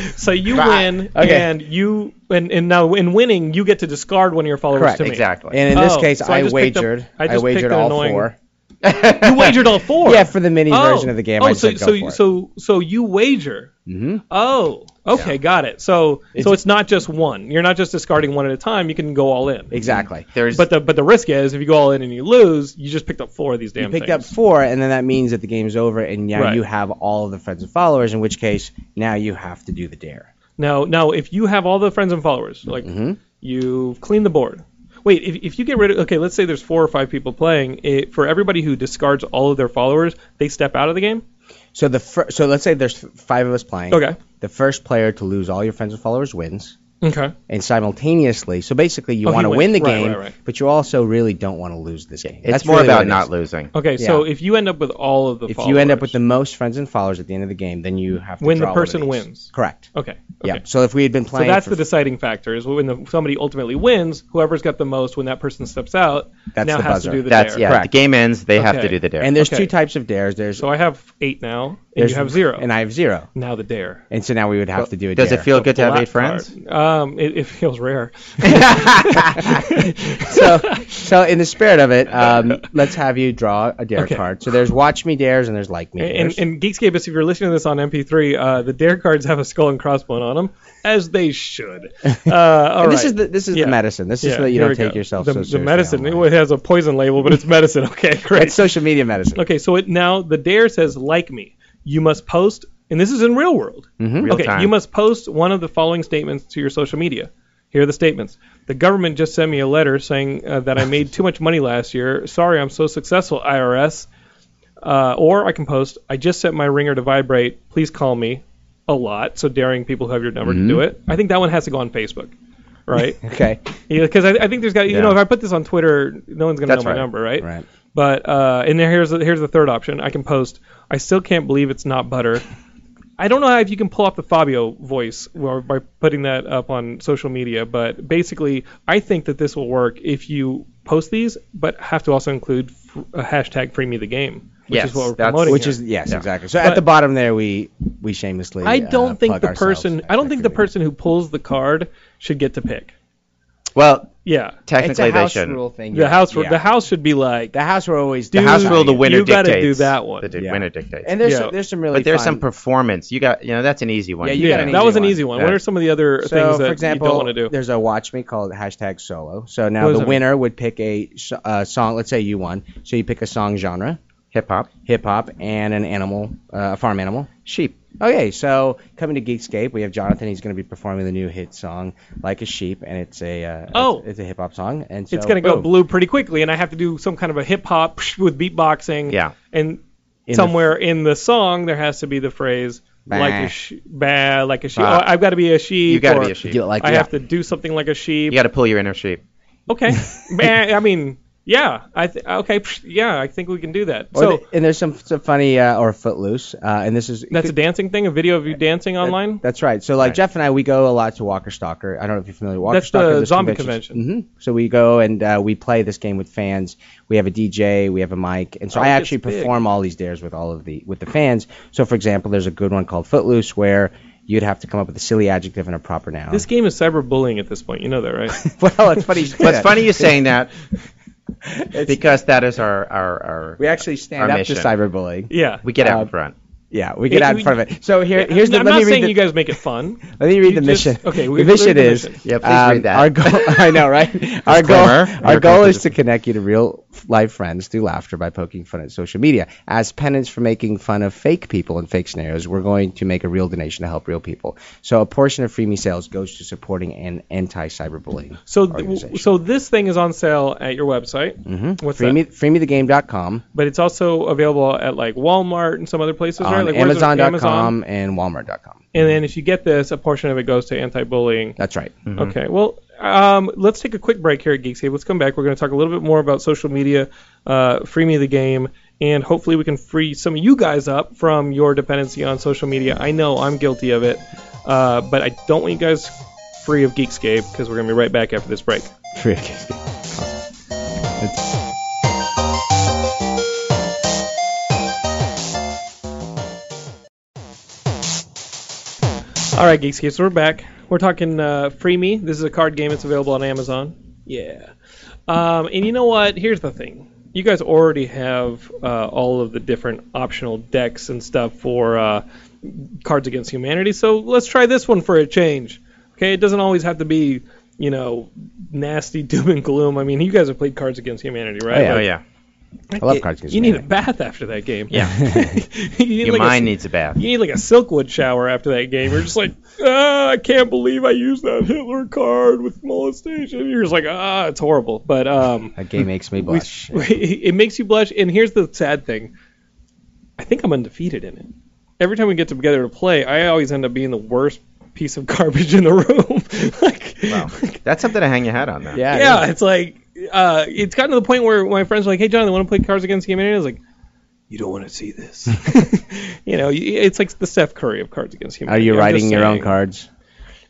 [SPEAKER 2] [laughs] so you win,
[SPEAKER 3] Okay.
[SPEAKER 2] and you and, and now in winning, you get to discard one of your followers
[SPEAKER 3] Correct,
[SPEAKER 2] to me.
[SPEAKER 4] Exactly.
[SPEAKER 3] And in this
[SPEAKER 2] Oh,
[SPEAKER 3] case,
[SPEAKER 2] so I
[SPEAKER 3] I,
[SPEAKER 2] just picked up-
[SPEAKER 3] wagered.
[SPEAKER 2] I
[SPEAKER 3] I,
[SPEAKER 2] just picked
[SPEAKER 3] wagered
[SPEAKER 2] an
[SPEAKER 3] all
[SPEAKER 2] annoying-
[SPEAKER 3] four.
[SPEAKER 2] You wagered [laughs] all four.
[SPEAKER 3] Yeah, for the mini version of the game.
[SPEAKER 2] Oh,
[SPEAKER 3] I
[SPEAKER 2] so
[SPEAKER 3] said go
[SPEAKER 2] so
[SPEAKER 3] for it.
[SPEAKER 2] so so you wager. Mm-hmm. Oh, okay, got it. So so it's not just one. You're not just discarding one at a time. You can go all in.
[SPEAKER 3] exactly.
[SPEAKER 4] There's
[SPEAKER 2] But the but the risk is if you go all in and you lose, you just picked up four of these damn
[SPEAKER 3] You picked up
[SPEAKER 2] things.
[SPEAKER 3] four, and then that means that the game's over, and now
[SPEAKER 2] Right.
[SPEAKER 3] you have all of the friends and followers. In which case, now you have to do the dare.
[SPEAKER 2] Now now if you have all the friends and followers, like
[SPEAKER 3] Mm-hmm.
[SPEAKER 2] you've cleaned the board. Wait, if, if you get rid of okay, let's say there's four or five people playing. It, for everybody who discards all of their followers, they step out of the game.
[SPEAKER 3] So the fir- so let's say there's f- five of us playing.
[SPEAKER 2] Okay.
[SPEAKER 3] The first player to lose all your friends and followers wins,
[SPEAKER 2] Okay.
[SPEAKER 3] and simultaneously, so basically you
[SPEAKER 2] Oh, he
[SPEAKER 3] want to
[SPEAKER 2] wins.
[SPEAKER 3] win the
[SPEAKER 2] Right,
[SPEAKER 3] game,
[SPEAKER 2] right, right.
[SPEAKER 3] but you also really don't want to lose this game.
[SPEAKER 4] it's
[SPEAKER 3] That's
[SPEAKER 4] more
[SPEAKER 3] really what
[SPEAKER 4] about
[SPEAKER 3] it
[SPEAKER 4] not
[SPEAKER 3] is.
[SPEAKER 4] losing.
[SPEAKER 2] Okay. So
[SPEAKER 3] Yeah.
[SPEAKER 2] if you end up with all of the
[SPEAKER 3] If
[SPEAKER 2] followers,
[SPEAKER 3] you end up with the most friends and followers at the end of the game, then you have to
[SPEAKER 2] When the
[SPEAKER 3] draw one of
[SPEAKER 2] person
[SPEAKER 3] these.
[SPEAKER 2] wins.
[SPEAKER 3] Correct.
[SPEAKER 2] okay, okay.
[SPEAKER 3] Yeah. So if we had been
[SPEAKER 2] So
[SPEAKER 3] playing,
[SPEAKER 2] that's
[SPEAKER 3] for
[SPEAKER 2] the deciding factor is when the, somebody ultimately wins, whoever's got the most when that person steps out
[SPEAKER 3] That's
[SPEAKER 2] now
[SPEAKER 3] the
[SPEAKER 2] has
[SPEAKER 3] buzzer.
[SPEAKER 2] to do the
[SPEAKER 4] That's
[SPEAKER 2] dare.
[SPEAKER 4] yeah.
[SPEAKER 3] Correct.
[SPEAKER 4] The game ends. They have
[SPEAKER 2] Okay.
[SPEAKER 4] to do the dare.
[SPEAKER 3] And there's
[SPEAKER 2] Okay.
[SPEAKER 3] two types of dares. There's
[SPEAKER 2] So I have eight now, and
[SPEAKER 3] there's
[SPEAKER 2] you have zero.
[SPEAKER 3] and I have zero.
[SPEAKER 2] now the dare.
[SPEAKER 3] And so now we would have to do a
[SPEAKER 4] Does
[SPEAKER 3] dare.
[SPEAKER 4] it feel good to have
[SPEAKER 2] Black
[SPEAKER 4] eight friends?
[SPEAKER 2] card. Um, it, it feels rare.
[SPEAKER 3] so? So in the spirit of it,
[SPEAKER 2] [laughs]
[SPEAKER 3] um, let's have you draw a dare
[SPEAKER 2] Okay.
[SPEAKER 3] card. So there's watch me dares and there's like me
[SPEAKER 2] And,
[SPEAKER 3] dares.
[SPEAKER 2] and Geekscapists, if you're listening to this on MP3, uh, the dare cards have a skull and crossbone on them, as they
[SPEAKER 3] [laughs]
[SPEAKER 2] should. Uh, all
[SPEAKER 3] And this
[SPEAKER 2] right.
[SPEAKER 3] is the this is
[SPEAKER 2] Yeah.
[SPEAKER 3] the medicine. This is
[SPEAKER 2] Yeah,
[SPEAKER 3] so that you
[SPEAKER 2] here we
[SPEAKER 3] don't take
[SPEAKER 2] go.
[SPEAKER 3] yourself
[SPEAKER 2] the,
[SPEAKER 3] so
[SPEAKER 2] the
[SPEAKER 3] seriously.
[SPEAKER 2] medicine.
[SPEAKER 3] online.
[SPEAKER 2] It has a poison label, but it's medicine. [laughs] Okay, great.
[SPEAKER 3] It's social media medicine.
[SPEAKER 2] Okay, so it now the dare says like me. You must post, and this is in real world.
[SPEAKER 4] Mm-hmm. Real
[SPEAKER 2] okay,
[SPEAKER 4] time.
[SPEAKER 2] you must post one of the following statements to your social media. Here are the statements. The government just sent me a letter saying uh, that I made too much money last year. Sorry, I'm so successful, IRS. Uh, or I can post, I just set my ringer to vibrate. Please call me. A lot. So daring people who have your number to
[SPEAKER 4] Mm-hmm.
[SPEAKER 2] do it. I think that one has to go on Facebook, right? [laughs]
[SPEAKER 3] Okay.
[SPEAKER 2] Because I, I think there's got you know if I put this on Twitter, no one's gonna
[SPEAKER 4] That's
[SPEAKER 2] know my
[SPEAKER 4] right.
[SPEAKER 2] number, right?
[SPEAKER 3] Right.
[SPEAKER 2] But uh, and there here's the, here's the third option. I can post. I still can't believe it's not butter. I don't know how if you can pull off the Fabio voice or by putting that up on social media, but basically, I think that this will work if you post these, but have to also include f- a hashtag free me the game, which
[SPEAKER 4] Yes,
[SPEAKER 2] is what we're
[SPEAKER 4] that's-
[SPEAKER 2] promoting.
[SPEAKER 3] Which
[SPEAKER 2] here.
[SPEAKER 3] is yes, exactly. So at the bottom there, we we shamelessly.
[SPEAKER 2] I
[SPEAKER 3] uh,
[SPEAKER 2] don't think
[SPEAKER 3] plug
[SPEAKER 2] the
[SPEAKER 3] ourselves.
[SPEAKER 2] person. I don't think the person who pulls the card should get to pick.
[SPEAKER 4] Well,
[SPEAKER 2] Yeah.
[SPEAKER 3] It's a
[SPEAKER 4] technically they
[SPEAKER 3] house
[SPEAKER 4] shouldn't.
[SPEAKER 3] rule thing.
[SPEAKER 2] The
[SPEAKER 3] yeah.
[SPEAKER 2] house,
[SPEAKER 3] Yeah.
[SPEAKER 2] the house should be like
[SPEAKER 3] The house rule always.
[SPEAKER 2] The
[SPEAKER 4] The house
[SPEAKER 2] Dude,
[SPEAKER 4] rule, the winner
[SPEAKER 2] you gotta
[SPEAKER 4] dictates.
[SPEAKER 2] do that one.
[SPEAKER 4] The di-
[SPEAKER 3] Yeah.
[SPEAKER 4] winner dictates.
[SPEAKER 3] And there's
[SPEAKER 2] Yeah.
[SPEAKER 3] some, there's some really.
[SPEAKER 4] but there's
[SPEAKER 3] fun-
[SPEAKER 4] some performance. You got, you know, that's an easy one.
[SPEAKER 3] Yeah, you got
[SPEAKER 2] Yeah,
[SPEAKER 3] an
[SPEAKER 2] that
[SPEAKER 3] easy
[SPEAKER 2] was an
[SPEAKER 3] one.
[SPEAKER 2] easy one.
[SPEAKER 4] Yeah.
[SPEAKER 2] What are some of the other
[SPEAKER 3] So,
[SPEAKER 2] things that
[SPEAKER 3] for example,
[SPEAKER 2] you don't want to do?
[SPEAKER 3] there's a watch me called hashtag solo. So
[SPEAKER 2] What
[SPEAKER 3] now
[SPEAKER 2] does
[SPEAKER 3] the
[SPEAKER 2] that
[SPEAKER 3] winner would pick a sh- uh, song. Let's say you won. So you pick a song genre,
[SPEAKER 4] hip hop,
[SPEAKER 3] hip hop, and an animal, uh, a farm animal.
[SPEAKER 4] sheep.
[SPEAKER 3] Okay, so coming to Geekscape, we have Jonathan. He's going to be performing the new hit song "Like a Sheep," and it's a uh,
[SPEAKER 2] Oh.
[SPEAKER 3] it's, it's a hip hop song, and so
[SPEAKER 2] It's gonna go
[SPEAKER 3] boom,
[SPEAKER 2] blue pretty quickly, and I have to do some kind of a hip hop with beatboxing.
[SPEAKER 4] Yeah.
[SPEAKER 2] And
[SPEAKER 3] in the-
[SPEAKER 2] somewhere in the song, there has to be the phrase
[SPEAKER 3] Bah.
[SPEAKER 2] like a sh- bah, like a sheep.
[SPEAKER 4] Bah.
[SPEAKER 2] Oh, I've got to be a sheep.
[SPEAKER 4] You got to
[SPEAKER 2] or
[SPEAKER 4] be a sheep.
[SPEAKER 3] do it like
[SPEAKER 2] I
[SPEAKER 3] yeah.
[SPEAKER 2] have to do something like a sheep.
[SPEAKER 4] You got to pull your inner sheep.
[SPEAKER 2] Okay. Bah, I mean, yeah. I th- okay. psh, Yeah, I think we can do that.
[SPEAKER 3] Or
[SPEAKER 2] so
[SPEAKER 3] the- and there's some, some funny uh, or footloose, uh, and this is
[SPEAKER 2] that's a dancing thing, a video of you dancing
[SPEAKER 3] that-
[SPEAKER 2] online.
[SPEAKER 3] That's right. So like Jeff and I, we go a lot to Walker Stalker. I don't know if you're familiar. with Walker
[SPEAKER 2] That's
[SPEAKER 3] Stalker.
[SPEAKER 2] the
[SPEAKER 3] those
[SPEAKER 2] zombie
[SPEAKER 3] conventions.
[SPEAKER 2] convention.
[SPEAKER 3] Mhm. So we go and uh, we play this game with fans. We have a DJ, we have a mic, and so
[SPEAKER 2] Oh,
[SPEAKER 3] I
[SPEAKER 2] it gets
[SPEAKER 3] actually
[SPEAKER 2] big.
[SPEAKER 3] perform all these dares with all of the with the fans. So for example, there's a good one called Footloose where you'd have to come up with a silly adjective and a proper noun.
[SPEAKER 2] This game is cyberbullying at this point. You know that, right?
[SPEAKER 3] [laughs] well, it's funny. you say
[SPEAKER 4] But it's
[SPEAKER 3] that.
[SPEAKER 4] funny
[SPEAKER 3] [laughs]
[SPEAKER 4] you saying that because that is our our, our
[SPEAKER 3] We actually stand
[SPEAKER 4] Our
[SPEAKER 3] up to
[SPEAKER 4] mission.
[SPEAKER 3] cyberbullying.
[SPEAKER 2] yeah.
[SPEAKER 4] we get out
[SPEAKER 3] uh,
[SPEAKER 4] in front.
[SPEAKER 3] Yeah, we get out in front of it. So here, here's the.
[SPEAKER 2] I'm
[SPEAKER 3] let
[SPEAKER 2] not
[SPEAKER 3] me read
[SPEAKER 2] saying
[SPEAKER 3] the-
[SPEAKER 2] you guys make it fun.
[SPEAKER 3] Let me read
[SPEAKER 2] You
[SPEAKER 3] the
[SPEAKER 2] just-
[SPEAKER 3] mission.
[SPEAKER 2] okay, we-
[SPEAKER 3] the mission
[SPEAKER 2] read the
[SPEAKER 3] is.
[SPEAKER 2] mission.
[SPEAKER 4] Yeah, please
[SPEAKER 3] um,
[SPEAKER 4] read that.
[SPEAKER 3] Our goal, [laughs] I know,
[SPEAKER 4] [laughs]
[SPEAKER 3] right? Our goal,
[SPEAKER 4] Disclaimer.
[SPEAKER 3] our
[SPEAKER 4] Your
[SPEAKER 3] goal
[SPEAKER 4] content
[SPEAKER 3] is
[SPEAKER 4] is-
[SPEAKER 3] to connect you to real life friends through laughter by poking fun at social media. As penance for making fun of fake people and fake scenarios, we're going to make a real donation to help real people. So a portion of Free Me sales goes to supporting an anti-cyberbullying.
[SPEAKER 2] [laughs] So,
[SPEAKER 3] organization.
[SPEAKER 2] th- so this thing is on sale at your website. Mm-hmm. What's that?
[SPEAKER 3] Free me, freemethegame.com,
[SPEAKER 2] But it's also available at like Walmart and some other places, right?
[SPEAKER 3] on
[SPEAKER 2] Like where's it-
[SPEAKER 3] Amazon.com,
[SPEAKER 2] Amazon.
[SPEAKER 3] and Walmart.com.
[SPEAKER 2] And then if you get this, a portion of it goes to anti-bullying.
[SPEAKER 3] That's right.
[SPEAKER 4] Hmm.
[SPEAKER 2] Okay. Well, um, let's take a quick break here at Geekscape. Let's come back. We're going to talk a little bit more about social media, uh, free me the game, and hopefully we can free some of you guys up from your dependency on social media. I know I'm guilty of it, uh, but I don't want you guys free of Geekscape because we're going to be right back after this break.
[SPEAKER 3] Free Geekscape. It's-
[SPEAKER 2] All right, Geekscape, so we're back. We're talking uh, Free Me. This is a card game. It's available on Amazon. Yeah. Um, and you know what? Here's the thing. You guys already have uh, all of the different optional decks and stuff for uh, Cards Against Humanity, so let's try this one for a change. Okay, it doesn't always have to be, you know, nasty [laughs] doom and gloom. I mean, you guys have played Cards Against Humanity, right?
[SPEAKER 3] yeah.
[SPEAKER 4] Oh
[SPEAKER 2] Like,
[SPEAKER 4] yeah.
[SPEAKER 3] I love Cards Against
[SPEAKER 2] You need a
[SPEAKER 3] Humanity.
[SPEAKER 2] bath after that game.
[SPEAKER 4] Yeah.
[SPEAKER 2] [laughs] you need
[SPEAKER 4] Your
[SPEAKER 2] like a-
[SPEAKER 4] mind needs a bath.
[SPEAKER 2] you need like a Silkwood shower after that game. You're just like, ah, I can't believe I used that Hitler card with molestation. You're just like, ah, it's horrible. But um,
[SPEAKER 3] That game makes
[SPEAKER 2] [laughs]
[SPEAKER 3] me blush.
[SPEAKER 2] it makes you blush. And here's the sad thing: I think I'm undefeated in it. Every time we get together to play, I always end up being the worst piece of garbage in the room. [laughs] like,
[SPEAKER 4] That's something to hang your hat on now.
[SPEAKER 3] yeah.
[SPEAKER 2] [laughs] yeah, it's like uh, it's gotten to the point where my friends are like, "Hey, John, I want to play Cards Against Humanity." I was like, "You don't want to see
[SPEAKER 3] [laughs]
[SPEAKER 2] this." you know, you- it's like the Steph Curry of Cards Against
[SPEAKER 3] Are
[SPEAKER 2] Humanity.
[SPEAKER 3] you
[SPEAKER 2] I'm
[SPEAKER 3] writing
[SPEAKER 2] just
[SPEAKER 3] your own
[SPEAKER 2] saying.
[SPEAKER 3] cards?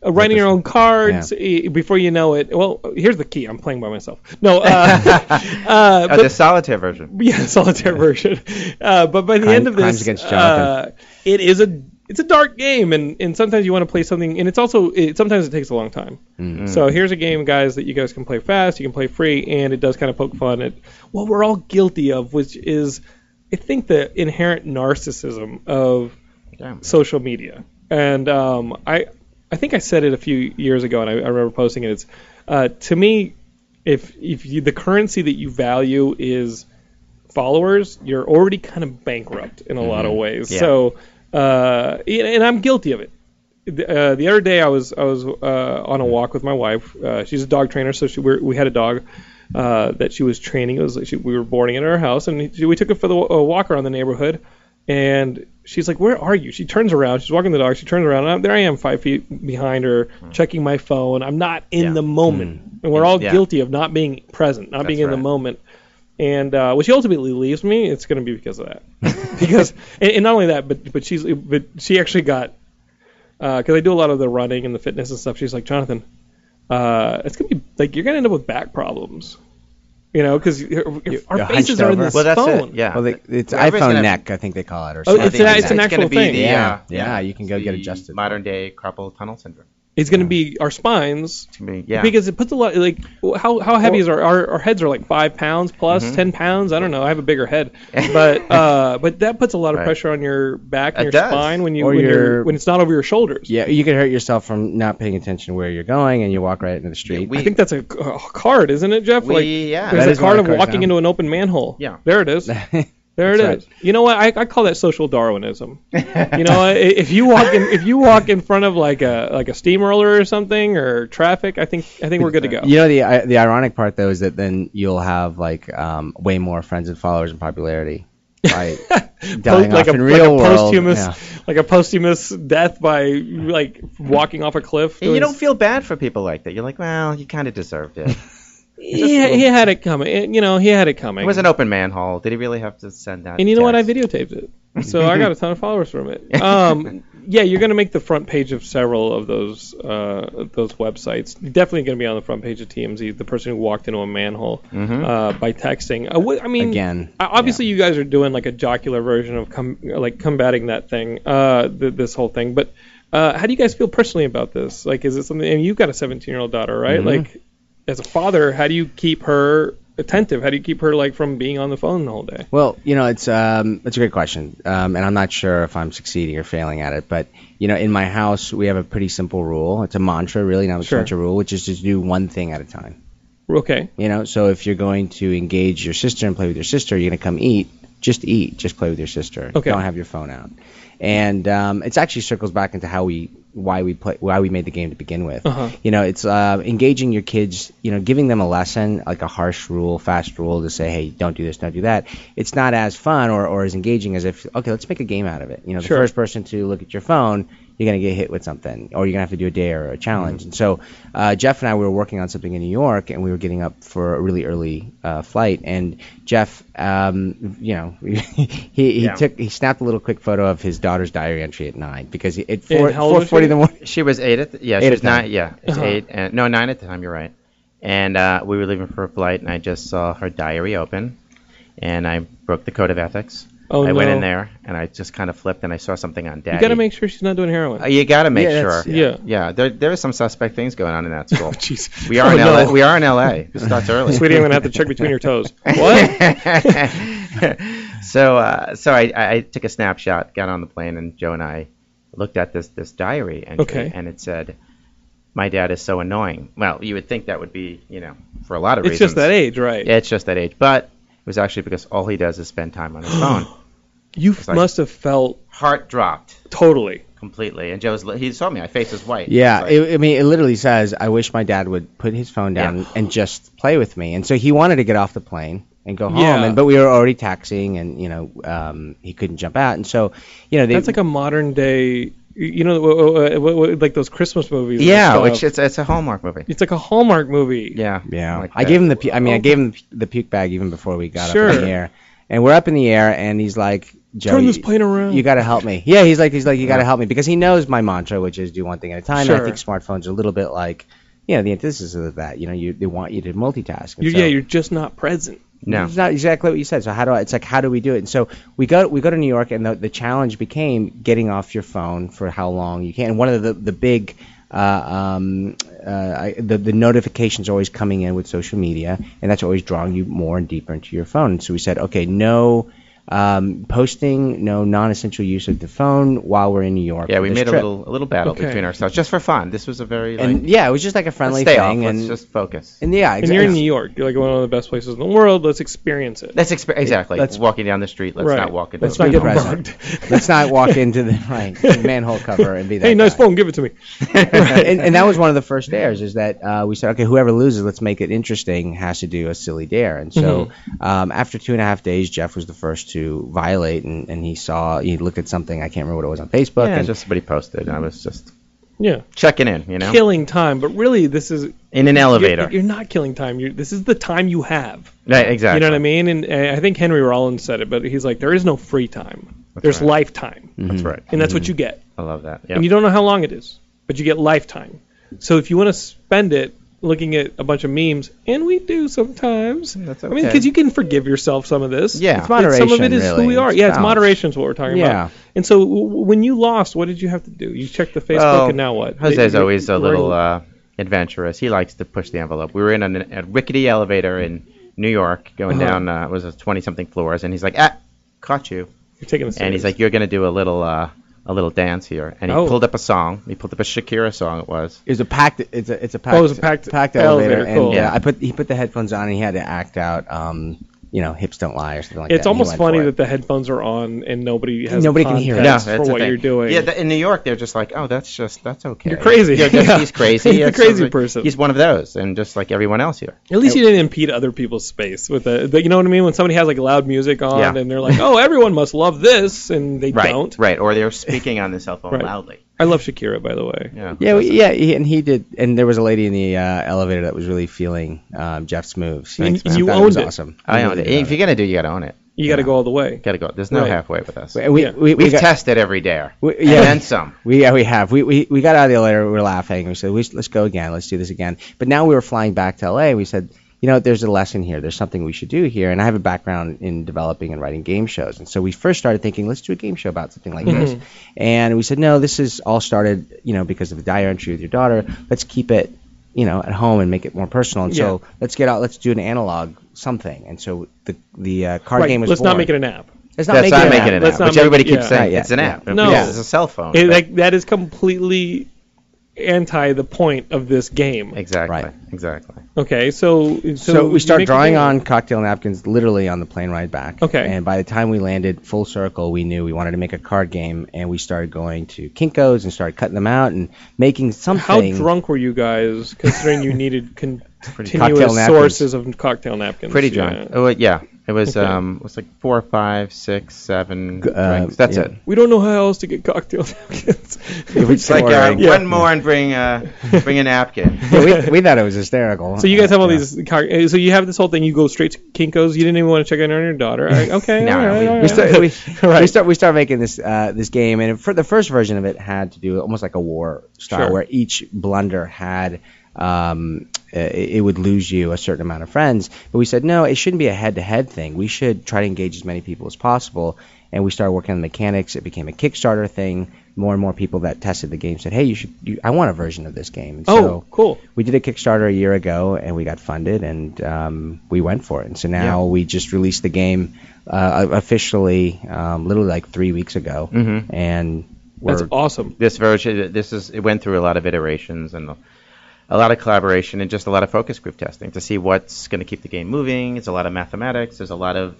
[SPEAKER 2] Uh, writing your own cards eh, before you know it. Well, here's the key. I'm playing by myself. No,
[SPEAKER 3] [laughs]
[SPEAKER 2] uh,
[SPEAKER 4] Oh, the solitaire version.
[SPEAKER 2] [laughs] yeah, solitaire version. Uh, but by the
[SPEAKER 3] Crime-
[SPEAKER 2] end of
[SPEAKER 3] Crimes
[SPEAKER 2] this,
[SPEAKER 3] Against
[SPEAKER 2] uh,
[SPEAKER 3] Jonathan.
[SPEAKER 2] it is a it's a dark game, and, and sometimes you want to play something, and it's also it, sometimes it takes a long time.
[SPEAKER 3] Mm-hmm.
[SPEAKER 2] So here's a game, guys, that you guys can play fast, you can play free, and it does kind of poke fun at what we're all guilty of, which is I think the inherent narcissism of
[SPEAKER 4] Damn.
[SPEAKER 2] social media. And um, I I think I said it a few years ago, and I, I remember posting it. It's uh, to me, if if you, the currency that you value is followers, you're already kind of bankrupt in a lot of ways.
[SPEAKER 4] Mm-hmm. Yeah.
[SPEAKER 2] So, uh, and and I'm guilty of it. The- Uh, the other day, I was I was uh, on a walk with my wife. Uh, she's a dog trainer, so she we're, we had a dog uh, that she was training. It was like she, we were boarding it at our house, and she, we took it for the a walk around the neighborhood. And she's like, "Where are you?" She turns around. She's walking the dog. She turns around, and I'm, there I am, five feet behind her, checking my phone. I'm not in
[SPEAKER 4] Hmm. Yeah. Hmm.
[SPEAKER 2] the moment, and we're all
[SPEAKER 4] Yeah.
[SPEAKER 2] guilty of not being present, not being in the
[SPEAKER 4] right.
[SPEAKER 2] moment and uh, when she ultimately leaves me, it's going to be because of
[SPEAKER 4] [laughs]
[SPEAKER 2] that. because and, and not only that, but but she's but she actually got because I do a lot of the running and the fitness and stuff. She's like Jonathan, uh, it's going to be like you're going to end up with back problems, you know, because our
[SPEAKER 3] you're
[SPEAKER 2] faces
[SPEAKER 3] hunched
[SPEAKER 2] are in
[SPEAKER 3] over.
[SPEAKER 2] this
[SPEAKER 4] Well, that's
[SPEAKER 2] phone.
[SPEAKER 4] it. Yeah.
[SPEAKER 3] Well, they, it's
[SPEAKER 4] Whoever's
[SPEAKER 3] iPhone
[SPEAKER 4] gonna-
[SPEAKER 3] neck, I think they call it, or
[SPEAKER 2] Oh,
[SPEAKER 3] something.
[SPEAKER 2] it's an- it's an
[SPEAKER 4] gonna
[SPEAKER 2] actual
[SPEAKER 4] be
[SPEAKER 2] thing.
[SPEAKER 4] the, uh,
[SPEAKER 3] Yeah. Yeah, you can go
[SPEAKER 4] the
[SPEAKER 3] get adjusted.
[SPEAKER 4] Modern day carpal tunnel syndrome.
[SPEAKER 2] It's going to be our spines.
[SPEAKER 4] It's gonna be- Yeah.
[SPEAKER 2] Because it puts a lot like how how heavy is our, our our heads are like five pounds plus,
[SPEAKER 4] Mm-hmm.
[SPEAKER 2] ten pounds I don't know I have a bigger
[SPEAKER 4] [laughs]
[SPEAKER 2] head but uh but that puts a lot of
[SPEAKER 4] Right.
[SPEAKER 2] pressure on your back and
[SPEAKER 4] It
[SPEAKER 2] your
[SPEAKER 4] does.
[SPEAKER 2] spine when you
[SPEAKER 3] Or
[SPEAKER 2] when you're,
[SPEAKER 3] your-
[SPEAKER 2] when it's not over your shoulders
[SPEAKER 3] yeah, you could hurt yourself from not paying attention where you're going, and you walk right into the street.
[SPEAKER 4] we-
[SPEAKER 2] I think that's a, a card isn't it Jeff
[SPEAKER 4] We-
[SPEAKER 2] like
[SPEAKER 4] yeah.
[SPEAKER 2] there's
[SPEAKER 3] That
[SPEAKER 2] a
[SPEAKER 3] is one
[SPEAKER 2] card of
[SPEAKER 3] of the cards,
[SPEAKER 2] walking
[SPEAKER 3] huh?
[SPEAKER 2] into an open manhole
[SPEAKER 4] Yeah.
[SPEAKER 2] there it is There it is.
[SPEAKER 3] [laughs] That's right.
[SPEAKER 2] You know what? I, I call that social
[SPEAKER 4] [laughs]
[SPEAKER 2] Darwinism. you know, i- if you walk in if you walk in front of like a like a steamroller or something or traffic, I think I think we're good to go.
[SPEAKER 3] You know the I- the ironic part though is that then you'll have like um, way more friends and followers and popularity
[SPEAKER 2] [laughs]
[SPEAKER 3] by dying
[SPEAKER 2] like
[SPEAKER 3] off
[SPEAKER 2] a,
[SPEAKER 3] in real
[SPEAKER 2] like a
[SPEAKER 3] world.
[SPEAKER 2] posthumous
[SPEAKER 3] Yeah.
[SPEAKER 2] like a posthumous death by like walking off a cliff.
[SPEAKER 4] And you don't feel bad for people like that. You're like, well, you kind of deserved
[SPEAKER 2] [laughs]
[SPEAKER 4] it.
[SPEAKER 2] he, he had it coming. And, You know, he had it coming.
[SPEAKER 4] It was an open manhole. Did he really have to send that?
[SPEAKER 2] and you know what? I
[SPEAKER 4] text?
[SPEAKER 2] videotaped it, so I got a ton of followers from it. Um, yeah, you're gonna make the front page of several of those uh, those websites. Definitely gonna be on the front page of TMZ. The person who walked into a manhole uh, by texting. Uh, wh- I mean,
[SPEAKER 3] Again,
[SPEAKER 2] I- obviously you guys are doing like a jocular version of com- like combating that thing, uh, th- this whole thing. But uh, how do you guys feel personally about this? Like, is it something? And you've got a 17 year old daughter, right? Like, as a father, how do you keep her attentive? How do you keep her like from being on the phone the whole day?
[SPEAKER 3] Well, you know, it's um, it's a great question, um, and I'm not sure if I'm succeeding or failing at it. But you know, in my house, we have a pretty simple rule. It's a mantra, really, not so
[SPEAKER 2] Sure.
[SPEAKER 3] much a rule, which is to do one thing at a time.
[SPEAKER 2] Okay.
[SPEAKER 3] You know, so if you're going to engage your sister and play with your sister, you're gonna come eat. Just eat. Just play with your sister.
[SPEAKER 2] Okay.
[SPEAKER 3] Don't have your phone out. And um, it actually circles back into how we, why we play, why we made the game to begin with. You know, it's uh, engaging your kids. You know, giving them a lesson, like a harsh rule, fast rule to say, hey, don't do this, don't do that. It's not as fun or, or as engaging as if, okay, let's make a game out of it. You know, the
[SPEAKER 2] Sure.
[SPEAKER 3] first person to look at your phone, you're gonna get hit with something, or you're gonna have to do a dare or a challenge. And so uh, Jeff and I we were working on something in New York, and we were getting up for a really early uh, flight. And Jeff, um, you know, [laughs] he, he took he snapped a little quick photo of his daughter's diary entry at nine because he- at four
[SPEAKER 2] how old was
[SPEAKER 3] four forty in the morning.
[SPEAKER 4] She was eight at the, yeah,
[SPEAKER 3] Eight
[SPEAKER 4] she
[SPEAKER 3] at
[SPEAKER 4] was
[SPEAKER 3] the time.
[SPEAKER 4] nine yeah,
[SPEAKER 2] Uh-huh.
[SPEAKER 4] it's eight and no nine at the time. You're right. And uh, we were leaving for a flight, and I just saw her diary open, and I broke the code of ethics,
[SPEAKER 2] Oh,
[SPEAKER 4] I went
[SPEAKER 2] no.
[SPEAKER 4] in there and I just kind of flipped and I saw something on Daddy.
[SPEAKER 2] You got to make sure she's not doing heroin.
[SPEAKER 4] Uh, [laughs] you gotta make
[SPEAKER 3] Yeah,
[SPEAKER 4] sure.
[SPEAKER 3] that's-
[SPEAKER 2] yeah.
[SPEAKER 4] Yeah. There there is some suspect things going on in that
[SPEAKER 2] [laughs]
[SPEAKER 4] school.
[SPEAKER 2] Jeez.
[SPEAKER 4] we are in
[SPEAKER 2] Oh,
[SPEAKER 4] LA.
[SPEAKER 2] no.
[SPEAKER 4] We are in LA. This
[SPEAKER 2] [laughs]
[SPEAKER 4] starts early.
[SPEAKER 2] Sweetie, I'm gonna have to check between your toes. [laughs] What?
[SPEAKER 4] [laughs] so uh, so I, I I took a snapshot, got on the plane, and Joe and I looked at this this diary entry,
[SPEAKER 2] Okay.
[SPEAKER 4] and it said, "My dad is so annoying." Well, you would think that would be you know for a lot of
[SPEAKER 2] It's
[SPEAKER 4] reasons.
[SPEAKER 2] just that age, right?
[SPEAKER 4] Yeah, it's just that age, but it was actually because all he does is spend time on
[SPEAKER 2] [gasps]
[SPEAKER 4] his phone.
[SPEAKER 2] You
[SPEAKER 4] like-
[SPEAKER 2] must have felt
[SPEAKER 4] Heart dropped
[SPEAKER 2] totally.
[SPEAKER 4] completely, and Joe's he saw me. My face is white.
[SPEAKER 3] Yeah,
[SPEAKER 4] It's like-
[SPEAKER 3] it, I mean, it literally says, "I wish my dad would put his phone down
[SPEAKER 4] Yeah.
[SPEAKER 3] and just play with me." And so he wanted to get off the plane and go home,
[SPEAKER 2] Yeah.
[SPEAKER 3] and but we were already taxiing, and you know, um, he couldn't jump out, and so you know, they,
[SPEAKER 2] That's like a modern day, you know, wh- wh- wh- wh- like those Christmas movies. that
[SPEAKER 4] yeah,
[SPEAKER 2] stuff.
[SPEAKER 4] which it's it's a Hallmark movie.
[SPEAKER 2] it's like a Hallmark movie.
[SPEAKER 4] Yeah.
[SPEAKER 3] Yeah,
[SPEAKER 4] like
[SPEAKER 3] I
[SPEAKER 4] that.
[SPEAKER 3] gave him the. pu- I mean, I gave him the puke bag even before we got up in
[SPEAKER 2] Oh. Sure.
[SPEAKER 3] the air, and we're up in the air, and he's like, Joe,
[SPEAKER 2] Turn this
[SPEAKER 3] you-
[SPEAKER 2] plane around.
[SPEAKER 3] You got to help me. Yeah, he's like, he's like, you got to help me because he knows my mantra, which is do one thing at a time. And
[SPEAKER 2] Sure.
[SPEAKER 3] I think smartphones are a little bit like, you know, the antithesis of that. You know, you they want you to multitask. and
[SPEAKER 2] You're,
[SPEAKER 3] so-
[SPEAKER 2] yeah, you're just not present.
[SPEAKER 4] No.
[SPEAKER 3] It's not exactly what you said. So how do I? It's like how do we do it? And so we go we go to New York, and the, the challenge became getting off your phone for how long you can. And one of the the big uh, um, uh, I, the the notifications always coming in with social media, and that's always drawing you more and deeper into your phone. And so we said, okay, no. Um, posting no non-essential use of the phone while we're in New York.
[SPEAKER 4] Yeah,
[SPEAKER 3] for
[SPEAKER 4] we
[SPEAKER 3] this
[SPEAKER 4] made a
[SPEAKER 3] trip.
[SPEAKER 4] little a little battle
[SPEAKER 2] Okay.
[SPEAKER 4] between ourselves just for fun. This was a very like,
[SPEAKER 3] and yeah, it was just like a
[SPEAKER 4] let's
[SPEAKER 3] friendly
[SPEAKER 4] stay off.
[SPEAKER 3] thing,
[SPEAKER 4] Let's
[SPEAKER 3] and
[SPEAKER 4] just focus.
[SPEAKER 3] and yeah,
[SPEAKER 2] And
[SPEAKER 3] exactly.
[SPEAKER 2] you're in New York. You're like one of the best places in the world. Let's experience it.
[SPEAKER 4] Let's exp- exactly.
[SPEAKER 3] let's-
[SPEAKER 4] walking down the street. Let's
[SPEAKER 2] Right.
[SPEAKER 4] not walk into.
[SPEAKER 2] Let's
[SPEAKER 4] a
[SPEAKER 2] not get
[SPEAKER 4] bar.
[SPEAKER 3] present.
[SPEAKER 2] [laughs] bugged.
[SPEAKER 3] Let's not walk into the
[SPEAKER 2] [laughs]
[SPEAKER 3] right, manhole cover and be that.
[SPEAKER 2] hey, nice
[SPEAKER 3] guy.
[SPEAKER 2] phone. Give it to me.
[SPEAKER 3] and, and that was one of the first dares is that uh, we said, okay, whoever loses, let's make it interesting, has to do a silly dare. And so
[SPEAKER 2] Mm-hmm.
[SPEAKER 3] um, after two and a half days, Jeff was the first to violate, and, and he saw, he looked at something, I can't remember what it was on Facebook.
[SPEAKER 4] Yeah,
[SPEAKER 3] and
[SPEAKER 4] just somebody posted. and I was just
[SPEAKER 2] Yeah.
[SPEAKER 4] checking in, you know,
[SPEAKER 2] Killing time, but really, this is
[SPEAKER 4] in an elevator.
[SPEAKER 2] You're, you're not killing time. You're, this is the time you have.
[SPEAKER 4] right, exactly.
[SPEAKER 2] You know what I mean? And uh, I think Henry Rollins said it, but he's like, there is no free time. There's
[SPEAKER 4] right. Mm-hmm.
[SPEAKER 2] lifetime,
[SPEAKER 4] That's
[SPEAKER 3] Mm.
[SPEAKER 4] right.
[SPEAKER 2] and that's what you get.
[SPEAKER 4] I love that.
[SPEAKER 2] And you
[SPEAKER 4] Yeah.
[SPEAKER 2] don't know how long it is, but you get lifetime. So if you want to spend it looking at a bunch of memes, and we do sometimes.
[SPEAKER 4] That's
[SPEAKER 2] I mean,
[SPEAKER 4] okay.
[SPEAKER 2] because you can forgive yourself some of this.
[SPEAKER 4] Yeah. It's
[SPEAKER 2] Some of it
[SPEAKER 3] moderation,
[SPEAKER 2] is who
[SPEAKER 3] really.
[SPEAKER 2] we are.
[SPEAKER 3] It's
[SPEAKER 2] yeah, it's
[SPEAKER 3] balance.
[SPEAKER 2] moderation is what we're talking
[SPEAKER 3] Yeah.
[SPEAKER 2] about. And so w- w- when you lost, what did you have to do? You checked the Facebook,
[SPEAKER 4] Well,
[SPEAKER 2] and now what?
[SPEAKER 4] Jose's
[SPEAKER 2] You're-
[SPEAKER 4] always a
[SPEAKER 2] you're
[SPEAKER 4] little
[SPEAKER 2] in-
[SPEAKER 4] uh, adventurous. He likes to push the envelope. We were in an, a rickety elevator in New York, going
[SPEAKER 2] Uh-huh.
[SPEAKER 4] down. Uh, it was twenty something floors, and he's like, "Ah, caught you."
[SPEAKER 2] you're taking this
[SPEAKER 4] and he's like, "You're gonna do a little uh, a little dance here." And he
[SPEAKER 2] Oh.
[SPEAKER 4] pulled up a song. He pulled up a Shakira song. It was.
[SPEAKER 3] It was a packed. It's a it's a packed.
[SPEAKER 2] Oh, it was a packed elevator, cool.
[SPEAKER 3] And yeah,
[SPEAKER 4] Yeah.
[SPEAKER 3] I put he put the headphones on and he had to act out. Um, you know, hips don't lie or something like that.
[SPEAKER 2] It's
[SPEAKER 3] and he
[SPEAKER 2] almost
[SPEAKER 3] went
[SPEAKER 2] funny
[SPEAKER 3] for it.
[SPEAKER 2] that the headphones are on and nobody has
[SPEAKER 3] Nobody can hear it.
[SPEAKER 2] context
[SPEAKER 4] No, that's
[SPEAKER 2] for
[SPEAKER 4] the
[SPEAKER 2] what
[SPEAKER 4] thing.
[SPEAKER 2] you're doing.
[SPEAKER 4] Yeah, th- in New York, they're just like, "Oh, that's just that's okay."
[SPEAKER 2] You're crazy.
[SPEAKER 4] Yeah, just-
[SPEAKER 2] Yeah. [laughs]
[SPEAKER 4] he's crazy.
[SPEAKER 2] He's a
[SPEAKER 4] It's
[SPEAKER 2] crazy
[SPEAKER 4] sort of-
[SPEAKER 2] person.
[SPEAKER 4] He's one of those, and just like everyone else here.
[SPEAKER 2] At least you didn't impede other people's space with a, the, you know what I mean? When somebody has like loud music on
[SPEAKER 4] Yeah.
[SPEAKER 2] and they're like, "Oh, everyone must love this," and they
[SPEAKER 4] Right.
[SPEAKER 2] don't.
[SPEAKER 4] Right. Or they're speaking on their cell
[SPEAKER 2] [laughs]
[SPEAKER 4] phone
[SPEAKER 2] Right.
[SPEAKER 4] loudly.
[SPEAKER 2] I love Shakira, by the way.
[SPEAKER 4] Yeah.
[SPEAKER 3] Yeah, we, yeah, he, and he did, and there was a lady in the uh, elevator that was really feeling um, Jeff's moves. He-
[SPEAKER 2] Thanks,
[SPEAKER 3] he
[SPEAKER 2] man. You
[SPEAKER 3] thought
[SPEAKER 2] owned
[SPEAKER 3] it was
[SPEAKER 2] it.
[SPEAKER 3] awesome.
[SPEAKER 4] I
[SPEAKER 3] He
[SPEAKER 4] own
[SPEAKER 3] really
[SPEAKER 4] it.
[SPEAKER 3] did own
[SPEAKER 4] If you're gonna do, you gotta own it.
[SPEAKER 2] You got to go all the way.
[SPEAKER 4] Gotta go. There's no
[SPEAKER 2] Right.
[SPEAKER 4] halfway with us.
[SPEAKER 3] And we,
[SPEAKER 2] Yeah.
[SPEAKER 3] we, we
[SPEAKER 4] We've
[SPEAKER 3] got-
[SPEAKER 4] tested every dare.
[SPEAKER 3] we-
[SPEAKER 4] and
[SPEAKER 3] yeah.
[SPEAKER 4] then some.
[SPEAKER 3] We yeah we have we, we we got out of the elevator we were laughing we said we, should- let's go again let's do this again but now we were flying back to LA we said you know there's a lesson here there's something we should do here and I have a background in developing and writing game shows and so we first started thinking let's do a game show about something like this and we said no this is all started you know because of the diary entry with your daughter let's keep it you know at home and make it more personal and so let's get out let's do an analog something and so the the uh, card
[SPEAKER 2] Right.
[SPEAKER 3] game was
[SPEAKER 2] Let's
[SPEAKER 3] born.
[SPEAKER 2] not make it an app.
[SPEAKER 3] let's not
[SPEAKER 4] That's
[SPEAKER 3] make it
[SPEAKER 4] not
[SPEAKER 3] an
[SPEAKER 4] making
[SPEAKER 3] app.
[SPEAKER 4] an
[SPEAKER 2] Let's
[SPEAKER 4] app,
[SPEAKER 2] not
[SPEAKER 4] which everybody
[SPEAKER 2] make-
[SPEAKER 4] keeps
[SPEAKER 2] yeah.
[SPEAKER 4] saying
[SPEAKER 3] Yeah,
[SPEAKER 4] it's an
[SPEAKER 3] yeah.
[SPEAKER 4] app.
[SPEAKER 2] No.
[SPEAKER 4] because it's a cell phone.
[SPEAKER 2] It,
[SPEAKER 4] but-
[SPEAKER 2] like that is completely anti the point of this game.
[SPEAKER 4] exactly.
[SPEAKER 3] Right.
[SPEAKER 4] Exactly.
[SPEAKER 2] Okay, so so,
[SPEAKER 3] So, we
[SPEAKER 2] you
[SPEAKER 3] start
[SPEAKER 2] make a
[SPEAKER 3] drawing
[SPEAKER 2] game.
[SPEAKER 3] on cocktail napkins literally on the plane ride back.
[SPEAKER 2] Okay.
[SPEAKER 3] And by the time we landed full circle, we knew we wanted to make a card game, and we started going to Kinkos and started cutting them out and making something.
[SPEAKER 2] How drunk were you
[SPEAKER 4] [laughs]
[SPEAKER 2] guys, considering you needed
[SPEAKER 3] Cocktail
[SPEAKER 2] continuous
[SPEAKER 3] napkins.
[SPEAKER 2] sources of cocktail napkins?
[SPEAKER 4] Pretty
[SPEAKER 2] Yeah.
[SPEAKER 4] drunk. Oh wait, yeah. It was um, it was like four, five, six, seven drinks. That's
[SPEAKER 3] uh, yeah.
[SPEAKER 4] it.
[SPEAKER 2] We don't know how else to get cocktail [laughs] napkins.
[SPEAKER 3] If
[SPEAKER 2] [laughs]
[SPEAKER 4] It's like uh,
[SPEAKER 3] yeah.
[SPEAKER 4] one more and
[SPEAKER 3] [laughs]
[SPEAKER 4] bring uh, bring a napkin.
[SPEAKER 2] [laughs]
[SPEAKER 3] we, we thought it was hysterical.
[SPEAKER 2] So you guys have all
[SPEAKER 3] Yeah.
[SPEAKER 2] these. car- uh, So you have this whole thing. You go straight to Kinkos. You didn't even want to check in on your daughter.
[SPEAKER 4] [laughs]
[SPEAKER 2] I, okay.
[SPEAKER 4] No,
[SPEAKER 2] all
[SPEAKER 4] no,
[SPEAKER 2] right,
[SPEAKER 4] we-
[SPEAKER 2] all [laughs]
[SPEAKER 4] we
[SPEAKER 2] right.
[SPEAKER 3] start, we, [laughs] we start we start making this uh, this game, and for the first version of it had to do almost like a war style,
[SPEAKER 2] Sure.
[SPEAKER 3] where each blunder had um, it, it would lose you a certain amount of friends. But we said, no, it shouldn't be a head to head thing. We should try to engage as many people as possible. And we started working on the mechanics. It became a Kickstarter thing. More and more people that tested the game said, hey, you should, you, I want a version of this game. And
[SPEAKER 2] Oh,
[SPEAKER 3] so
[SPEAKER 2] cool.
[SPEAKER 3] we did a Kickstarter a year ago, and we got funded, and um, we went for it. And so now we just released the game uh, officially, um, literally like three weeks ago, and we're
[SPEAKER 2] Mm-hmm. That's awesome.
[SPEAKER 4] this version this is it went through a lot of iterations and a lot of collaboration and just a lot of focus group testing to see what's going to keep the game moving it's a lot of mathematics there's a lot of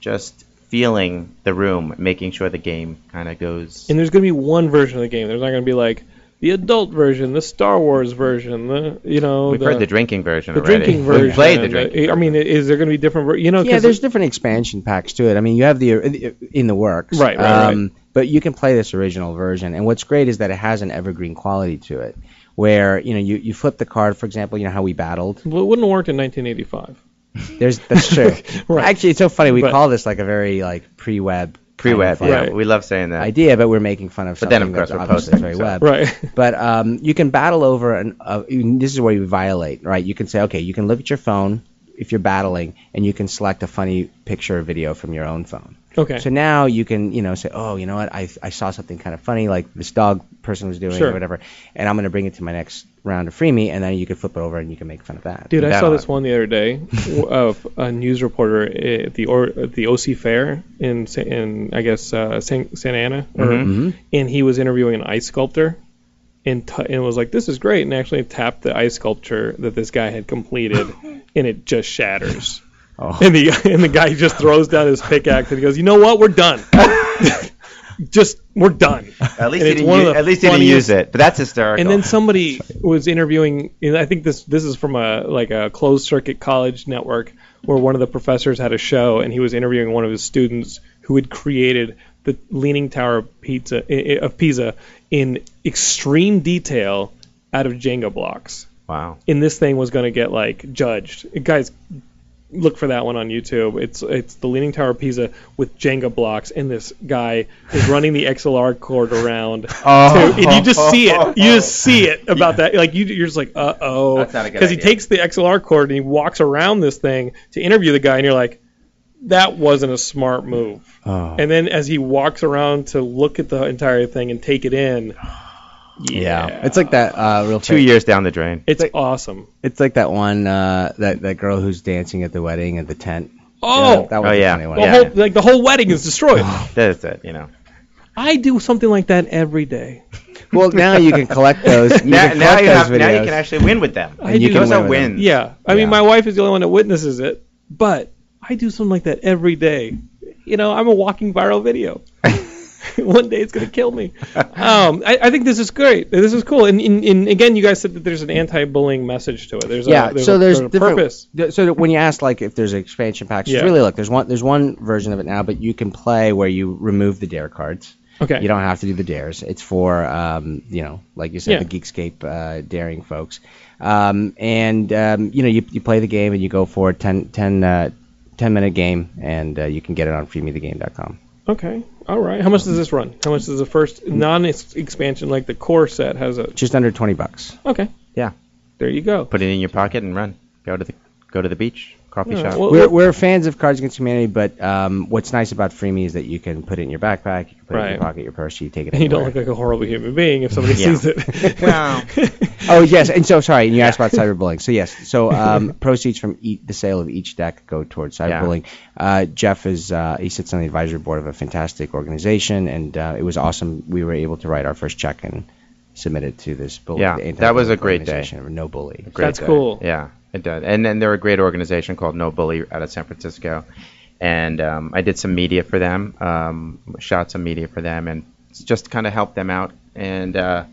[SPEAKER 4] just feeling the room making sure the game kind of goes
[SPEAKER 2] And there's going to be one version of the game. There's not going to be like the adult version, the Star Wars version, the you know
[SPEAKER 4] we've
[SPEAKER 2] the,
[SPEAKER 4] heard the drinking version
[SPEAKER 2] the
[SPEAKER 4] already
[SPEAKER 2] drinking version.
[SPEAKER 4] we've played the
[SPEAKER 2] and
[SPEAKER 4] drinking
[SPEAKER 2] I mean, is there going to be different? ver- You know,
[SPEAKER 3] yeah,
[SPEAKER 2] 'cause
[SPEAKER 3] there's different expansion packs to it. I mean, you have the uh, in the works, Um,
[SPEAKER 2] Right, right, right.
[SPEAKER 3] But you can play this original version, and what's great is that it has an evergreen quality to it, where you know you, you flip the card. For example, you know how we battled.
[SPEAKER 2] Well, it wouldn't have worked in 1985.
[SPEAKER 3] There's that's true.
[SPEAKER 2] [laughs] Right.
[SPEAKER 3] Actually, it's so funny. We
[SPEAKER 2] But-
[SPEAKER 3] call this like a very like pre-web
[SPEAKER 4] pre-web
[SPEAKER 3] kind of
[SPEAKER 4] yeah
[SPEAKER 3] thing.
[SPEAKER 2] Right.
[SPEAKER 4] we love saying that
[SPEAKER 3] idea, but we're making fun of
[SPEAKER 4] But
[SPEAKER 3] something
[SPEAKER 4] then, of course,
[SPEAKER 3] that's
[SPEAKER 4] we're
[SPEAKER 3] obviously
[SPEAKER 4] posting,
[SPEAKER 3] very
[SPEAKER 4] so-
[SPEAKER 3] web.
[SPEAKER 2] Right. [laughs]
[SPEAKER 3] But um, you can battle over, and uh, you- this is where you violate, right? You can say, okay, you can look at your phone if you're battling, and you can select a funny picture or video from your own phone.
[SPEAKER 2] Okay.
[SPEAKER 3] So now you can, you know, say, oh, you know what? I, I saw something kind of funny, like this dog person was doing
[SPEAKER 2] Sure.
[SPEAKER 3] or whatever, and I'm going to bring it to my next round of Free Me, and then you can flip it over and you can make fun of that.
[SPEAKER 2] Dude, I
[SPEAKER 4] That
[SPEAKER 2] saw
[SPEAKER 4] one.
[SPEAKER 2] this one the other day of a news reporter at the or, at the OC Fair in Sa- in I guess uh, San, Santa Ana, or, and he was interviewing an ice sculptor, and t- and was like, "This is great," and actually tapped the ice sculpture that this guy had completed, and it just shatters. And the and the guy just throws down his pickaxe and he goes, "You know what? We're done. [laughs] just we're done."
[SPEAKER 4] at
[SPEAKER 2] And
[SPEAKER 4] least he
[SPEAKER 2] it's
[SPEAKER 4] didn't
[SPEAKER 2] one of
[SPEAKER 4] use,
[SPEAKER 2] the
[SPEAKER 4] at least he didn't
[SPEAKER 2] funniest-
[SPEAKER 4] use it but that's hysterical
[SPEAKER 2] And then somebody was interviewing. And I think this this is from a like a closed circuit college network where one of the professors had a show and he was interviewing one of his students who had created the Leaning Tower of Pizza i- i- of Pisa in extreme detail out of Jenga blocks.
[SPEAKER 4] wow
[SPEAKER 2] And this thing was going to get like judged. Guys, look for that one on YouTube. It's it's the Leaning Tower of Pisa with Jenga blocks, and this guy is running the XLR cord around.
[SPEAKER 4] Oh.
[SPEAKER 2] to- and you just see it. You
[SPEAKER 4] [laughs]
[SPEAKER 2] just see it about that. Like you, you're just like, uh oh,
[SPEAKER 4] That's not a good
[SPEAKER 2] he
[SPEAKER 4] idea.
[SPEAKER 2] takes the XLR cord and he walks around this thing to interview the guy, and you're like. That wasn't a smart move.
[SPEAKER 4] Oh.
[SPEAKER 2] And then, as he walks around to look at the entire thing and take it
[SPEAKER 4] [sighs]
[SPEAKER 2] in,
[SPEAKER 3] yeah. It's like that uh, real
[SPEAKER 4] two years down the drain
[SPEAKER 2] it's awesome.
[SPEAKER 3] It's like that one uh, that that girl who's dancing at the wedding at the tent.
[SPEAKER 2] Oh,
[SPEAKER 3] Yeah, that was
[SPEAKER 4] Oh,
[SPEAKER 3] a
[SPEAKER 4] yeah.
[SPEAKER 3] funny one.
[SPEAKER 2] the whole like the whole wedding is
[SPEAKER 4] [sighs]
[SPEAKER 2] destroyed.
[SPEAKER 4] that's it you know
[SPEAKER 2] I do something like that every day. [laughs]
[SPEAKER 3] Well, now you can collect those. You
[SPEAKER 4] now,
[SPEAKER 3] can
[SPEAKER 4] now
[SPEAKER 3] collect
[SPEAKER 4] you
[SPEAKER 3] those
[SPEAKER 4] have now you
[SPEAKER 3] videos.
[SPEAKER 4] can actually win with them
[SPEAKER 2] I do.
[SPEAKER 4] those
[SPEAKER 3] win
[SPEAKER 4] are
[SPEAKER 3] with them.
[SPEAKER 4] wins
[SPEAKER 2] Yeah. I
[SPEAKER 3] Yeah.
[SPEAKER 2] mean, my wife is the only one that witnesses it, but I do something like that every day. You know, I'm a walking viral
[SPEAKER 3] [laughs]
[SPEAKER 2] video. one day it's going to kill me. Um, I, I think this is great. This is cool. And, and, and again, you guys said that there's an anti-bullying message to it. There's
[SPEAKER 3] yeah.
[SPEAKER 2] a, there's
[SPEAKER 3] so
[SPEAKER 2] a,
[SPEAKER 3] there's
[SPEAKER 2] there's a
[SPEAKER 3] different.
[SPEAKER 2] purpose.
[SPEAKER 3] th- So that when you ask like if there's expansion packs,
[SPEAKER 2] Yeah.
[SPEAKER 3] it's really look there's one there's one version of it now, but you can play where you remove the dare cards.
[SPEAKER 2] Okay.
[SPEAKER 3] You don't have to do the dares. It's for um, you know, like you said,
[SPEAKER 2] Yeah.
[SPEAKER 3] the Geekscape uh, daring folks. Um, and um, you know, you, you play the game and you go for a 10, 10, uh, 10 minute game, and uh, you can get it on freemethegame.com.
[SPEAKER 2] Okay. All right. How much does this run? How much does the first non-expansion, like the core set, has a?
[SPEAKER 3] Just under twenty bucks.
[SPEAKER 2] Okay.
[SPEAKER 3] Yeah.
[SPEAKER 2] There you go. [laughs]
[SPEAKER 4] put it in your pocket and run go to the go to the beach coffee
[SPEAKER 2] All right,
[SPEAKER 4] shop
[SPEAKER 2] well,
[SPEAKER 3] We're, we're fans of Cards Against Humanity, but um, what's nice about Freemy is that you can put it in your backpack, you can put it in
[SPEAKER 2] Right.
[SPEAKER 3] your pocket, your purse, you take
[SPEAKER 2] [laughs]
[SPEAKER 3] it
[SPEAKER 2] you don't
[SPEAKER 3] anywhere.
[SPEAKER 2] look like a horrible human being if somebody
[SPEAKER 4] Yeah.
[SPEAKER 2] sees
[SPEAKER 3] [laughs]
[SPEAKER 2] it. [laughs]
[SPEAKER 4] Wow.
[SPEAKER 3] oh yes, and so sorry, and you asked about cyberbullying. So yes, so
[SPEAKER 2] [laughs]
[SPEAKER 3] um, proceeds from ea- the sale of each deck go towards cyberbullying. Uh, Jeff is uh, he sits on the advisory board of a fantastic organization, and uh, it was awesome. We were able to write our first check and submit it to this. Bully,
[SPEAKER 4] Yeah,
[SPEAKER 3] the
[SPEAKER 4] that was a
[SPEAKER 3] anti-bullying
[SPEAKER 4] great day.
[SPEAKER 3] organization of No bully.
[SPEAKER 2] That's cool.
[SPEAKER 4] yeah, it does. And then they're a great organization called No Bully out of San Francisco. And um, I did some media for them, um, shot some media for them, and just kind of helped them out. And uh,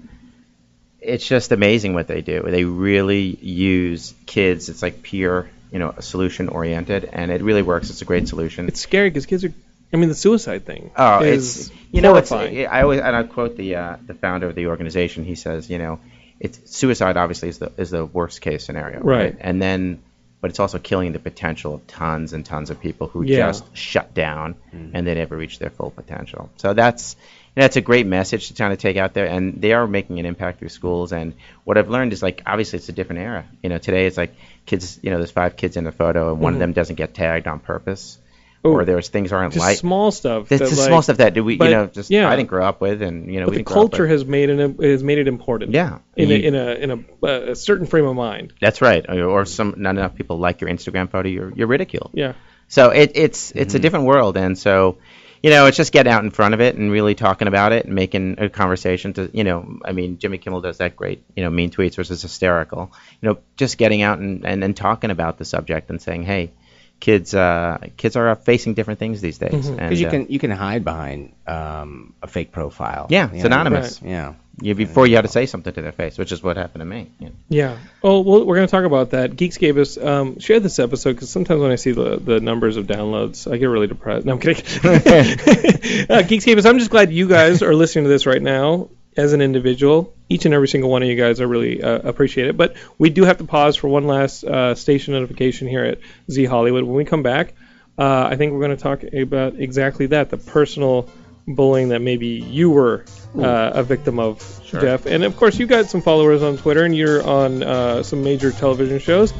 [SPEAKER 4] it's just amazing what they do. They really use kids. It's like peer, you know, solution oriented, and it really works. It's a great solution.
[SPEAKER 2] it's scary because kids are. I mean, the suicide thing.
[SPEAKER 4] Oh,
[SPEAKER 2] is
[SPEAKER 4] it's you know, it's,
[SPEAKER 2] horrifying.
[SPEAKER 4] I always and I quote the uh, the founder of the organization. He says, you know, it's suicide obviously is the is the worst case scenario,
[SPEAKER 2] Right.
[SPEAKER 4] And then, but it's also killing the potential of tons and tons of people who
[SPEAKER 2] Yeah.
[SPEAKER 4] just shut down and they never reach their full potential. So that's that's a great message to kind of take out there. And they are making an impact through schools. And what I've learned is like obviously it's a different era. You know, today it's like kids. You know, there's five kids in a photo, and one
[SPEAKER 2] Mm-hmm.
[SPEAKER 4] of them doesn't get tagged on purpose, or there's things aren't
[SPEAKER 2] Just
[SPEAKER 4] like.
[SPEAKER 2] small stuff.
[SPEAKER 4] That's
[SPEAKER 2] that,
[SPEAKER 4] just
[SPEAKER 2] like-
[SPEAKER 4] small stuff that do we,
[SPEAKER 2] but,
[SPEAKER 4] you know, just
[SPEAKER 2] yeah.
[SPEAKER 4] I didn't grow up with, and you know,
[SPEAKER 2] But
[SPEAKER 4] we
[SPEAKER 2] the
[SPEAKER 4] didn't grow up
[SPEAKER 2] culture
[SPEAKER 4] with.
[SPEAKER 2] has made it has made it important.
[SPEAKER 4] Yeah.
[SPEAKER 2] In a
[SPEAKER 4] You-
[SPEAKER 2] in a in a, uh, a certain frame of mind.
[SPEAKER 4] That's right. Or, or some not enough people like your Instagram photo, you're you're ridiculed.
[SPEAKER 2] Yeah. Mm-hmm.
[SPEAKER 4] So it, it's it's a different world, and so you know it's just getting out in front of it and really talking about it and making a conversation. To you know, I mean, Jimmy Kimmel does that great. You know, mean tweets versus hysterical. You know, just getting out and and, and talking about the subject and saying, hey, kids, uh, kids are facing different things these days. And,
[SPEAKER 2] Mm-hmm.
[SPEAKER 3] Because you
[SPEAKER 4] uh,
[SPEAKER 3] can you can hide behind um, a fake profile.
[SPEAKER 4] Yeah, it's
[SPEAKER 3] You know,
[SPEAKER 4] anonymous.
[SPEAKER 3] Yeah.
[SPEAKER 4] you- before you had to say something to their face, which is what happened to me. you know.
[SPEAKER 2] Yeah. Oh, well, we're going to talk about that. Geekscape is um, share this episode because sometimes when I see the, the numbers of downloads, I get really depressed. No, I'm kidding. uh, Geekscape is. I'm just glad you guys are listening to this right now as an individual. Each and every single one of you guys, I really uh, appreciate it. But we do have to pause for one last uh, station notification here at Z Hollywood. When we come back, uh, I think we're going to talk about exactly that the personal bullying that maybe you were uh, a victim of, Jeff. And of course, you got some followers on Twitter and you're on uh, some major television shows.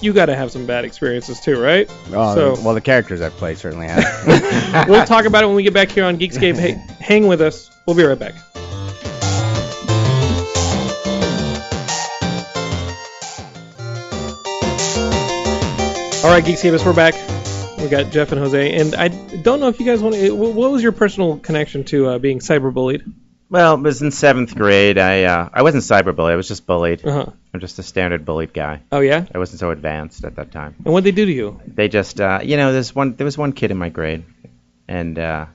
[SPEAKER 2] You got to have some bad experiences too, right?
[SPEAKER 3] Oh,
[SPEAKER 2] so
[SPEAKER 3] well, the characters I've played certainly [laughs] have.
[SPEAKER 2] we'll talk about it when we get back here on Geekscape. Hey, hang with us. We'll be right back. All right, Geekscapists, we're back. We got Jeff and Jose, and I don't know if you guys want to. What was your personal connection to uh, being cyberbullied?
[SPEAKER 4] Well, it was in seventh grade. I uh, I wasn't cyberbullied. I was just bullied.
[SPEAKER 2] Uh-huh.
[SPEAKER 4] I'm just a standard bullied guy.
[SPEAKER 2] Oh yeah,
[SPEAKER 4] I wasn't so advanced at that time.
[SPEAKER 2] and what they do to you?
[SPEAKER 4] They just, uh, you know, there's one. There was one kid in my grade, and uh,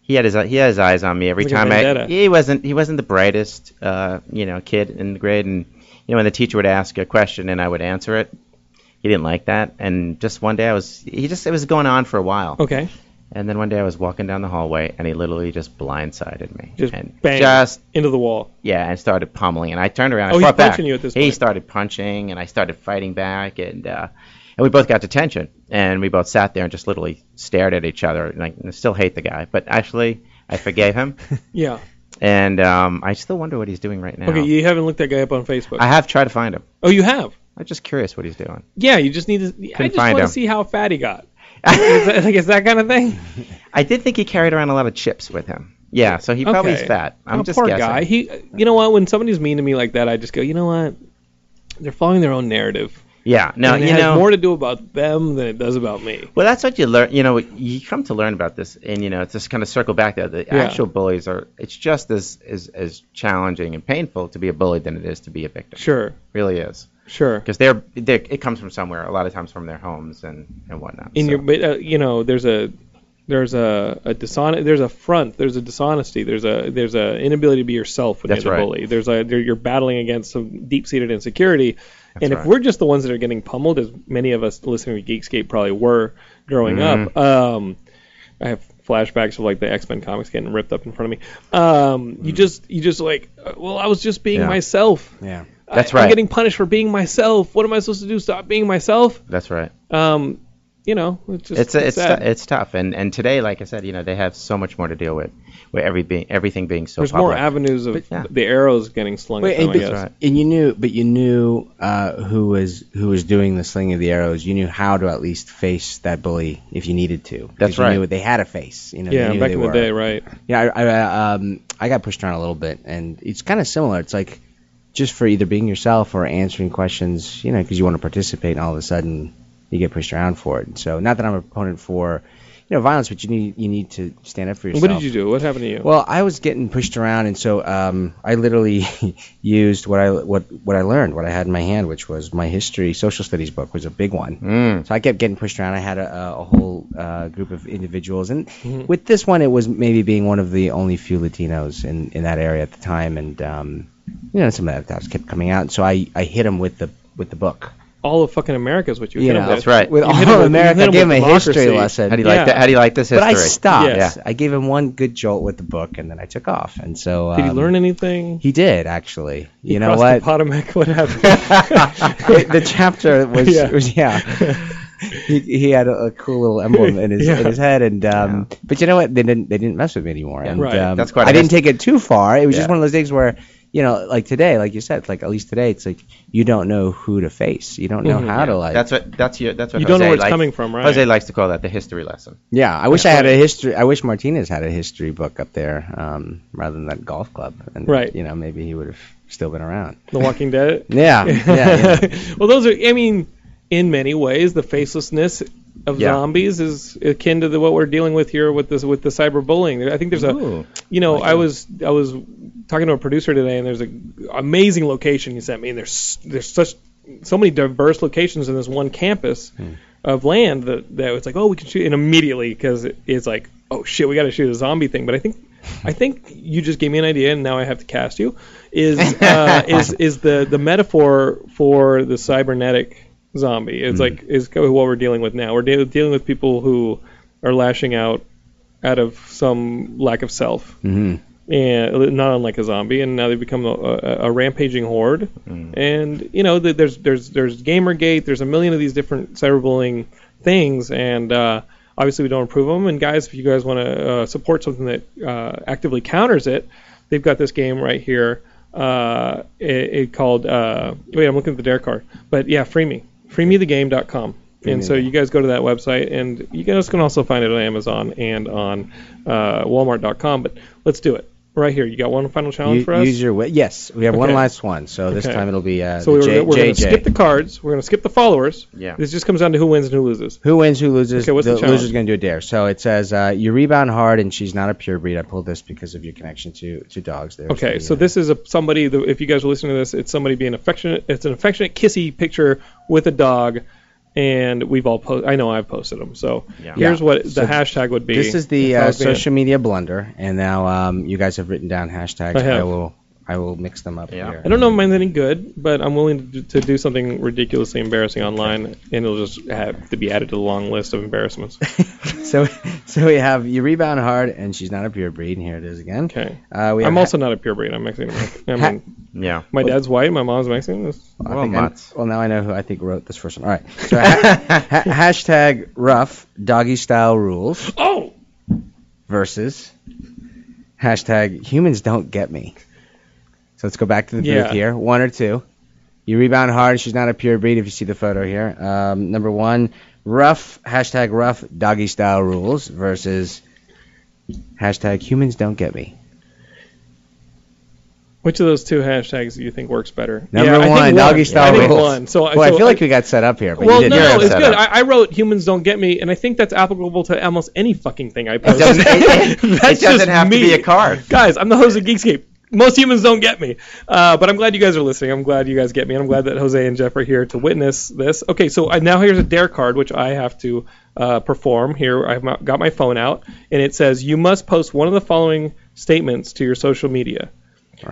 [SPEAKER 4] he had his he had his eyes on me every
[SPEAKER 2] Like a
[SPEAKER 4] time.
[SPEAKER 2] vendetta.
[SPEAKER 4] I, he wasn't he wasn't the brightest, uh, you know, kid in the grade, and you know, when the teacher would ask a question and I would answer it, he didn't like that. And just one day I was he just it was going on for a while.
[SPEAKER 2] Okay,
[SPEAKER 4] And then one day I was walking down the hallway and he literally just blindsided me.
[SPEAKER 2] just
[SPEAKER 4] and
[SPEAKER 2] bang
[SPEAKER 4] Just
[SPEAKER 2] into the wall.
[SPEAKER 4] yeah, and started pummeling. And I turned around. I
[SPEAKER 2] Oh, he's
[SPEAKER 4] fought back.
[SPEAKER 2] punching you at this
[SPEAKER 4] He
[SPEAKER 2] point.
[SPEAKER 4] started punching, and I started fighting back, and uh, and we both got detention, and we both sat there and just literally stared at each other, and I and I still hate the guy, but actually I
[SPEAKER 2] [laughs]
[SPEAKER 4] forgave him,
[SPEAKER 2] Yeah.
[SPEAKER 4] and um, I still wonder what he's doing right now.
[SPEAKER 2] Okay, you haven't looked that guy up on Facebook.
[SPEAKER 4] I have tried to find him.
[SPEAKER 2] oh, you have.
[SPEAKER 4] I'm just curious what he's doing.
[SPEAKER 2] Yeah, you just need to. I just
[SPEAKER 4] find
[SPEAKER 2] want to
[SPEAKER 4] him.
[SPEAKER 2] see how fat he
[SPEAKER 4] [laughs]
[SPEAKER 2] got. is that, like, is that kind of thing?
[SPEAKER 4] I did think he carried around a lot of chips with him. Yeah, so he probably
[SPEAKER 2] Okay.
[SPEAKER 4] is fat. I'm
[SPEAKER 2] Oh,
[SPEAKER 4] just
[SPEAKER 2] poor
[SPEAKER 4] guessing.
[SPEAKER 2] guy. He, you know what? When somebody's mean to me like that, I just go, you know what? They're following their own narrative.
[SPEAKER 4] yeah, no,
[SPEAKER 2] and it
[SPEAKER 4] you
[SPEAKER 2] has
[SPEAKER 4] know
[SPEAKER 2] more to do about them than it does about me.
[SPEAKER 4] Well, that's what you learn. You know, you come to learn about this, and you know, it's just kind of circle back that the
[SPEAKER 2] Yeah.
[SPEAKER 4] actual bullies are. It's just as, as as challenging and painful to be a bully than it is to be a victim.
[SPEAKER 2] Sure,
[SPEAKER 4] It really is,
[SPEAKER 2] sure.
[SPEAKER 4] because they're, they're it comes from somewhere. A lot of times from their homes and and whatnot.
[SPEAKER 2] In
[SPEAKER 4] so.
[SPEAKER 2] your, but, uh, you know, there's a, there's a, a dishon- there's a front, there's a dishonesty, there's a, there's a inability to be yourself when
[SPEAKER 4] That's
[SPEAKER 2] you're the
[SPEAKER 4] right.
[SPEAKER 2] bully. There's a, there- you're battling against some deep-seated insecurity. and if
[SPEAKER 4] right.
[SPEAKER 2] we're just the ones that are getting pummeled, as many of us listening to Geekscape probably were growing up,
[SPEAKER 4] Mm-hmm.
[SPEAKER 2] um, I have flashbacks of like the X Men comics getting ripped up in front of me. Um, You just, you just like, uh, well, I was just being
[SPEAKER 4] Mm. Yeah.
[SPEAKER 2] myself.
[SPEAKER 3] yeah.
[SPEAKER 4] That's
[SPEAKER 2] I'm
[SPEAKER 4] right.
[SPEAKER 2] getting punished for being myself. What am I supposed to do? Stop being myself?
[SPEAKER 4] that's right.
[SPEAKER 2] Um, you know, it's just
[SPEAKER 4] It's it's tou-
[SPEAKER 2] sad.
[SPEAKER 4] it's tough, and and today, like I said, you know, they have so much more to deal with, with every being everything being so
[SPEAKER 2] There's more
[SPEAKER 4] public.
[SPEAKER 2] avenues of
[SPEAKER 4] yeah.
[SPEAKER 2] the arrows getting slung
[SPEAKER 3] Wait,
[SPEAKER 2] at them,
[SPEAKER 3] and,
[SPEAKER 2] I
[SPEAKER 3] but,
[SPEAKER 2] guess.
[SPEAKER 4] right.
[SPEAKER 3] and you knew, but you knew uh, who was who was doing the slinging of the arrows. You knew how to at least face that bully if you needed to. because
[SPEAKER 4] That's
[SPEAKER 3] you
[SPEAKER 4] right.
[SPEAKER 3] Knew they had a face. You know, you
[SPEAKER 2] Yeah,
[SPEAKER 3] knew
[SPEAKER 2] back
[SPEAKER 3] they
[SPEAKER 2] in the
[SPEAKER 3] were.
[SPEAKER 2] day, right?
[SPEAKER 3] Yeah, I, I, uh, um, I got pushed around a little bit, and it's kind of similar. It's like just for either being yourself or answering questions, you know, because you want to participate, and all of a sudden you get pushed around for it. And so, not that I'm a proponent for, you know, violence, but you need you need to stand up for yourself.
[SPEAKER 2] What did you do? What happened to you?
[SPEAKER 3] Well, I was getting pushed around, and so um, I literally [laughs] used what I what what I learned, what I had in my hand, which was my history, social studies book was a big one. Mm. So I kept getting pushed around. I had a, a- a whole uh, group of individuals, and with this one, it was maybe being one of the only few Latinos in, in that area at the time, and um, you know some of that stuff kept coming out. And so I, I hit him with the with the book.
[SPEAKER 2] all of fucking America is what you
[SPEAKER 3] You
[SPEAKER 2] hit
[SPEAKER 3] know,
[SPEAKER 2] him
[SPEAKER 4] that's
[SPEAKER 2] with.
[SPEAKER 4] right.
[SPEAKER 3] With
[SPEAKER 2] You hit him
[SPEAKER 3] all of
[SPEAKER 2] you
[SPEAKER 3] America,
[SPEAKER 2] hit
[SPEAKER 3] I
[SPEAKER 2] him
[SPEAKER 3] gave him
[SPEAKER 2] with
[SPEAKER 3] a history
[SPEAKER 2] democracy.
[SPEAKER 3] lesson.
[SPEAKER 4] How do you
[SPEAKER 2] Yeah.
[SPEAKER 4] like that? How do you like this history?
[SPEAKER 3] But I stopped.
[SPEAKER 4] Yeah.
[SPEAKER 3] I gave him one good jolt with the book, and then I took off. And so
[SPEAKER 2] Did he
[SPEAKER 3] um,
[SPEAKER 2] learn anything?
[SPEAKER 3] He did actually. You know
[SPEAKER 2] Crossed
[SPEAKER 3] what? [laughs]
[SPEAKER 2] The Potomac, what happened?
[SPEAKER 3] It- the chapter was
[SPEAKER 2] [laughs] Yeah.
[SPEAKER 3] was yeah. he, he had a, a cool little emblem in his,
[SPEAKER 2] [laughs] Yeah.
[SPEAKER 3] in his head, and um, but you know what? They didn't they didn't mess with me anymore. And,
[SPEAKER 2] Right.
[SPEAKER 3] um,
[SPEAKER 4] That's quite a
[SPEAKER 3] I didn't
[SPEAKER 4] history.
[SPEAKER 3] take it too far. It was just
[SPEAKER 4] Yeah.
[SPEAKER 3] one of those things where you know, like today, like you said, like at least today, it's like you don't know who to face. You don't know
[SPEAKER 2] Mm-hmm.
[SPEAKER 3] how to like.
[SPEAKER 4] That's what that's your that's what
[SPEAKER 2] You don't know
[SPEAKER 4] Jose
[SPEAKER 2] where it's
[SPEAKER 4] likes-
[SPEAKER 2] coming from, right?
[SPEAKER 4] Jose likes to call that the history lesson.
[SPEAKER 3] yeah, I wish I had a history. I wish Martinez had a history book up there um, rather than that golf club. And,
[SPEAKER 2] Right.
[SPEAKER 3] You know, maybe he would have still been
[SPEAKER 2] [laughs]
[SPEAKER 3] around.
[SPEAKER 2] The Walking Dead.
[SPEAKER 3] Yeah. yeah, yeah.
[SPEAKER 2] [laughs] well, those are. I mean, in many ways, the facelessness of
[SPEAKER 4] Yeah.
[SPEAKER 2] zombies is akin to the, what we're dealing with here with this with the cyberbullying. I think there's a.
[SPEAKER 4] Ooh.
[SPEAKER 2] You know, I was I was talking to a producer today, and there's an amazing location he sent me, and there's there's such so many diverse locations in this one campus of land that that it's like oh we can shoot and immediately because it's like oh shit we got to shoot a zombie thing, but I think. I think you just gave me an idea, and now I have to cast you. Is uh, is is the the metaphor for the cybernetic zombie? It's like is what we're dealing with now. We're de- dealing with people who are lashing out out of some lack of self, mm-hmm. and not unlike a zombie, and now they become a, a, a rampaging horde. And you know, th- there's there's there's GamerGate, there's a million of these different cyberbullying things, and uh, obviously we don't approve of them. And guys, if you guys want to uh, support something that uh, actively counters it, they've got this game right here. Uh, it, it called uh, wait, I'm looking at the dare card, but yeah, free me, freemethegame.com. And so you guys go to that website, and you guys can also find it on Amazon and on uh, Walmart.com. But let's do it right here. You got one final challenge
[SPEAKER 3] You-
[SPEAKER 2] for us.
[SPEAKER 3] Use your wit. Yes, we have one
[SPEAKER 2] Okay.
[SPEAKER 3] last one. So this
[SPEAKER 2] Okay.
[SPEAKER 3] time it'll be uh,
[SPEAKER 2] so we were,
[SPEAKER 3] J-
[SPEAKER 2] we're going to
[SPEAKER 3] JJ.
[SPEAKER 2] skip the cards. We're going to skip the followers.
[SPEAKER 4] Yeah.
[SPEAKER 2] This just comes down to who wins and who loses.
[SPEAKER 3] Who wins? Who loses?
[SPEAKER 2] Okay, what's the challenge?
[SPEAKER 3] loser's going to do a dare. So it says uh, you rebound hard, and she's not a purebreed. I pulled this because of your connection to to dogs. There's
[SPEAKER 2] Okay,
[SPEAKER 3] the,
[SPEAKER 2] so
[SPEAKER 3] uh,
[SPEAKER 2] this is a somebody. The, if you guys are listening to this, it's somebody being affectionate. It's an affectionate, kissy picture with a dog, and we've all posted. I know I've posted them. So here's
[SPEAKER 3] Yeah.
[SPEAKER 2] what the
[SPEAKER 3] So
[SPEAKER 2] hashtag would be.
[SPEAKER 3] this is the
[SPEAKER 2] if I
[SPEAKER 3] uh,
[SPEAKER 2] was being-
[SPEAKER 3] social media blunder, and now um, you guys have written down hashtags.
[SPEAKER 2] I have.
[SPEAKER 3] will I will mix them up
[SPEAKER 4] Yeah.
[SPEAKER 3] here.
[SPEAKER 2] I don't know if mine's any good, but I'm willing to do, to do something ridiculously embarrassing online, and it'll just have to be added to the long list of embarrassments.
[SPEAKER 3] So [laughs] so we have you rebound hard, and she's not a purebreed. And here it is again.
[SPEAKER 2] Okay.
[SPEAKER 3] Uh, we have
[SPEAKER 2] I'm
[SPEAKER 3] ha-
[SPEAKER 2] also not a purebred. I'm Mexican American. I mean,
[SPEAKER 4] Yeah.
[SPEAKER 2] my dad's white, my mom's Mexican. It's-
[SPEAKER 3] I
[SPEAKER 4] Well,
[SPEAKER 3] think I'm-
[SPEAKER 4] Mats.
[SPEAKER 3] well, now I know who I think wrote this first one. All right. So ha-
[SPEAKER 2] [laughs]
[SPEAKER 3] ha- hashtag rough doggy style rules
[SPEAKER 2] Oh,
[SPEAKER 3] versus hashtag humans don't get me. So let's go back to the
[SPEAKER 2] Yeah.
[SPEAKER 3] booth here. One or two. You rebound hard. She's not a pure breed if you see the photo here. Um, number one, rough hashtag rough doggy style rules versus hashtag humans don't get me.
[SPEAKER 2] which of those two hashtags do you think works better?
[SPEAKER 3] Number
[SPEAKER 2] Yeah, I think
[SPEAKER 3] one, doggy
[SPEAKER 2] I
[SPEAKER 3] style
[SPEAKER 2] think
[SPEAKER 3] rules.
[SPEAKER 2] one. So,
[SPEAKER 3] Boy,
[SPEAKER 2] so
[SPEAKER 3] I feel like we got set up here. But
[SPEAKER 2] Well,
[SPEAKER 3] you
[SPEAKER 2] no,
[SPEAKER 3] didn't.
[SPEAKER 4] You're
[SPEAKER 2] no, it's
[SPEAKER 4] upset
[SPEAKER 2] good. I,
[SPEAKER 4] up.
[SPEAKER 2] I wrote "humans don't get me," and I think that's applicable to almost any fucking thing I post.
[SPEAKER 4] doesn't-
[SPEAKER 2] That's
[SPEAKER 4] it doesn't
[SPEAKER 2] just
[SPEAKER 4] have to
[SPEAKER 2] me.
[SPEAKER 4] be a card.
[SPEAKER 2] [laughs] guys. I'm the host of Geekscape. Most humans don't get me, uh, but I'm glad you guys are listening. I'm glad you guys get me, and I'm glad that Jose and Jeff are here to witness this. Okay, so I, now here's a dare card which I have to uh, perform. Here, I've mo- got my phone out, and it says you must post one of the following statements to your social media.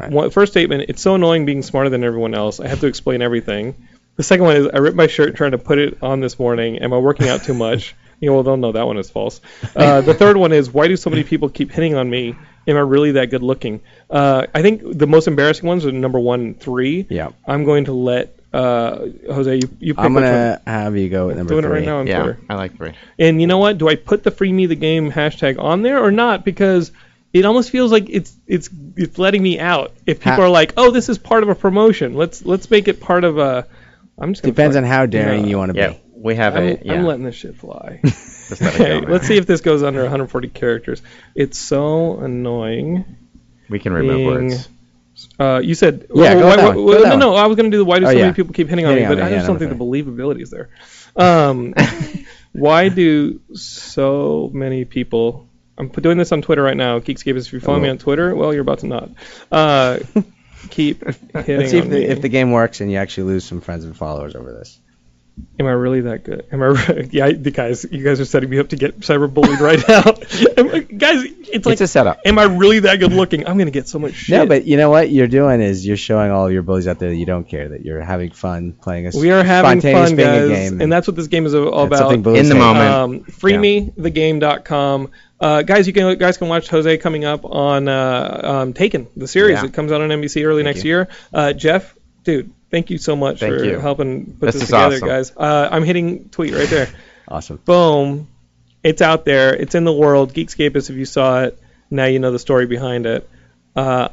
[SPEAKER 2] One, first statement: It's so annoying being smarter than everyone else. I have to explain everything. The second one is I ripped my shirt trying to put it on this morning. Am I working out too much? You know, well, they'll know that one is false. Uh, the third one is why do so many people keep hitting on me? Am I really that good looking? Uh, I think the most embarrassing ones are number one and three.
[SPEAKER 3] Yeah.
[SPEAKER 2] I'm going to let uh, Jose. You, you pick
[SPEAKER 3] I'm
[SPEAKER 2] which
[SPEAKER 3] gonna have you go with
[SPEAKER 2] one.
[SPEAKER 3] number
[SPEAKER 2] doing it
[SPEAKER 3] three.
[SPEAKER 2] right now on
[SPEAKER 4] Yeah.
[SPEAKER 2] Twitter.
[SPEAKER 4] I like three.
[SPEAKER 2] And you know what? Do I put the free me the game hashtag on there or not? Because it almost feels like it's it's it's letting me out. If people
[SPEAKER 3] Ha-
[SPEAKER 2] are like, oh, this is part of a promotion. Let's let's make it part of a. I'm just gonna
[SPEAKER 3] Depends
[SPEAKER 2] fuck-
[SPEAKER 3] on how daring
[SPEAKER 2] No.
[SPEAKER 3] you want to
[SPEAKER 4] Yeah.
[SPEAKER 3] be.
[SPEAKER 4] We have
[SPEAKER 2] I'm,
[SPEAKER 4] a yeah.
[SPEAKER 2] I'm letting this shit
[SPEAKER 3] [laughs]
[SPEAKER 2] fly.
[SPEAKER 4] Just let
[SPEAKER 2] [laughs]
[SPEAKER 4] it
[SPEAKER 2] okay,
[SPEAKER 4] go,
[SPEAKER 2] let's
[SPEAKER 4] man.
[SPEAKER 2] see if this goes under 140 characters. It's so annoying.
[SPEAKER 4] We can remove
[SPEAKER 2] Being-
[SPEAKER 4] words.
[SPEAKER 2] Uh, you said
[SPEAKER 3] Yeah, go
[SPEAKER 2] why-
[SPEAKER 3] that
[SPEAKER 2] why-
[SPEAKER 3] one, go
[SPEAKER 2] why-
[SPEAKER 3] that
[SPEAKER 2] no,
[SPEAKER 3] one.
[SPEAKER 2] no. I was gonna do the why do
[SPEAKER 3] Oh,
[SPEAKER 2] so
[SPEAKER 3] yeah.
[SPEAKER 2] many people keep hitting on
[SPEAKER 3] Hitting
[SPEAKER 2] me,
[SPEAKER 3] on
[SPEAKER 2] but
[SPEAKER 3] me,
[SPEAKER 2] I
[SPEAKER 3] yeah,
[SPEAKER 2] just don't
[SPEAKER 3] number
[SPEAKER 2] think the believability is there.
[SPEAKER 3] [laughs]
[SPEAKER 2] Um, why do so many people? I'm p- doing this on Twitter right now. Geekscape is if you follow
[SPEAKER 3] Oh.
[SPEAKER 2] me on Twitter, well, you're about to not.
[SPEAKER 3] [laughs]
[SPEAKER 2] Uh, keep hitting
[SPEAKER 3] Let's see
[SPEAKER 2] on me.
[SPEAKER 3] if the, if the game works and you actually lose some friends and followers over this.
[SPEAKER 2] Am I really that good? Am I? Re- [laughs] yeah, I- the guys, you guys are setting me up to get cyberbullied right [laughs] now. Am I- guys, it's like
[SPEAKER 4] a setup.
[SPEAKER 2] Am I really that good looking? I'm gonna get so much shit.
[SPEAKER 3] No, but you know what you're doing is you're showing all your bullies out there that you don't care that you're having fun playing a s-
[SPEAKER 2] we are having
[SPEAKER 3] spontaneous
[SPEAKER 2] fun,
[SPEAKER 3] finger
[SPEAKER 2] guys,
[SPEAKER 3] game,
[SPEAKER 2] and that's what this game is all
[SPEAKER 3] that's
[SPEAKER 2] about.
[SPEAKER 3] something bullies
[SPEAKER 4] In the
[SPEAKER 3] hate.
[SPEAKER 4] moment.
[SPEAKER 2] Um, freemethegame.com. Uh, guys, you can guys can watch Jose coming up on uh, um, Taken, the series.
[SPEAKER 4] Yeah.
[SPEAKER 2] It comes out on NBC early next
[SPEAKER 3] you.
[SPEAKER 2] year. Uh, Jeff, dude, thank Thank you so much
[SPEAKER 4] Thank
[SPEAKER 2] for
[SPEAKER 4] you.
[SPEAKER 2] helping put
[SPEAKER 4] This
[SPEAKER 2] this
[SPEAKER 4] is
[SPEAKER 2] together,
[SPEAKER 4] awesome.
[SPEAKER 2] guys. Uh, I'm hitting tweet right
[SPEAKER 4] [laughs]
[SPEAKER 2] there.
[SPEAKER 3] Awesome.
[SPEAKER 2] Boom. It's out there. It's in the world. Geekscape is if you saw it. Now you know the story behind it. Uh,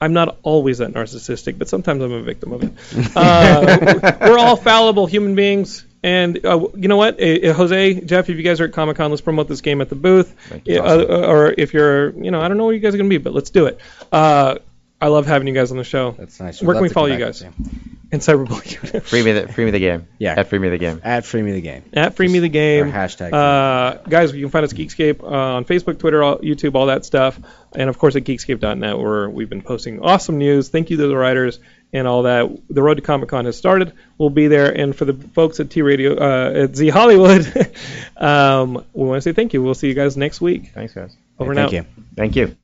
[SPEAKER 2] I'm not always that narcissistic, but sometimes I'm a victim of it.
[SPEAKER 4] [laughs]
[SPEAKER 2] Uh, we're all fallible human beings. And uh, you know what, Uh, uh, Jose, Jeff, if you guys are at Comic Con, let's promote this game at the booth.
[SPEAKER 4] you.
[SPEAKER 2] Uh, or if you're, you know, I don't know where you guys are going to be, but let's do it. Uh, I love having you guys on the show.
[SPEAKER 3] That's nice.
[SPEAKER 2] Where
[SPEAKER 3] We'd
[SPEAKER 2] can we
[SPEAKER 3] love to
[SPEAKER 2] follow
[SPEAKER 3] come
[SPEAKER 2] you
[SPEAKER 3] back
[SPEAKER 2] guys?
[SPEAKER 3] and
[SPEAKER 2] And Cyberbully.
[SPEAKER 4] Free me the free me the game.
[SPEAKER 3] Yeah.
[SPEAKER 4] At free me the game.
[SPEAKER 3] see 'em. At Free Me the Game.
[SPEAKER 2] at free me the game
[SPEAKER 3] Or hashtag.
[SPEAKER 2] uh, guys you can find us at geekscape uh, on facebook twitter all, youtube all that stuff and of course at geekscape.net where we've been posting awesome news thank you to the writers and all that the road to comic con has started we'll be there and for the folks at t radio uh, at z hollywood [laughs] um, we want to say thank you we'll see you guys next week
[SPEAKER 4] Thanks guys.
[SPEAKER 2] over
[SPEAKER 3] Thank
[SPEAKER 2] now
[SPEAKER 3] you.
[SPEAKER 4] Thank you.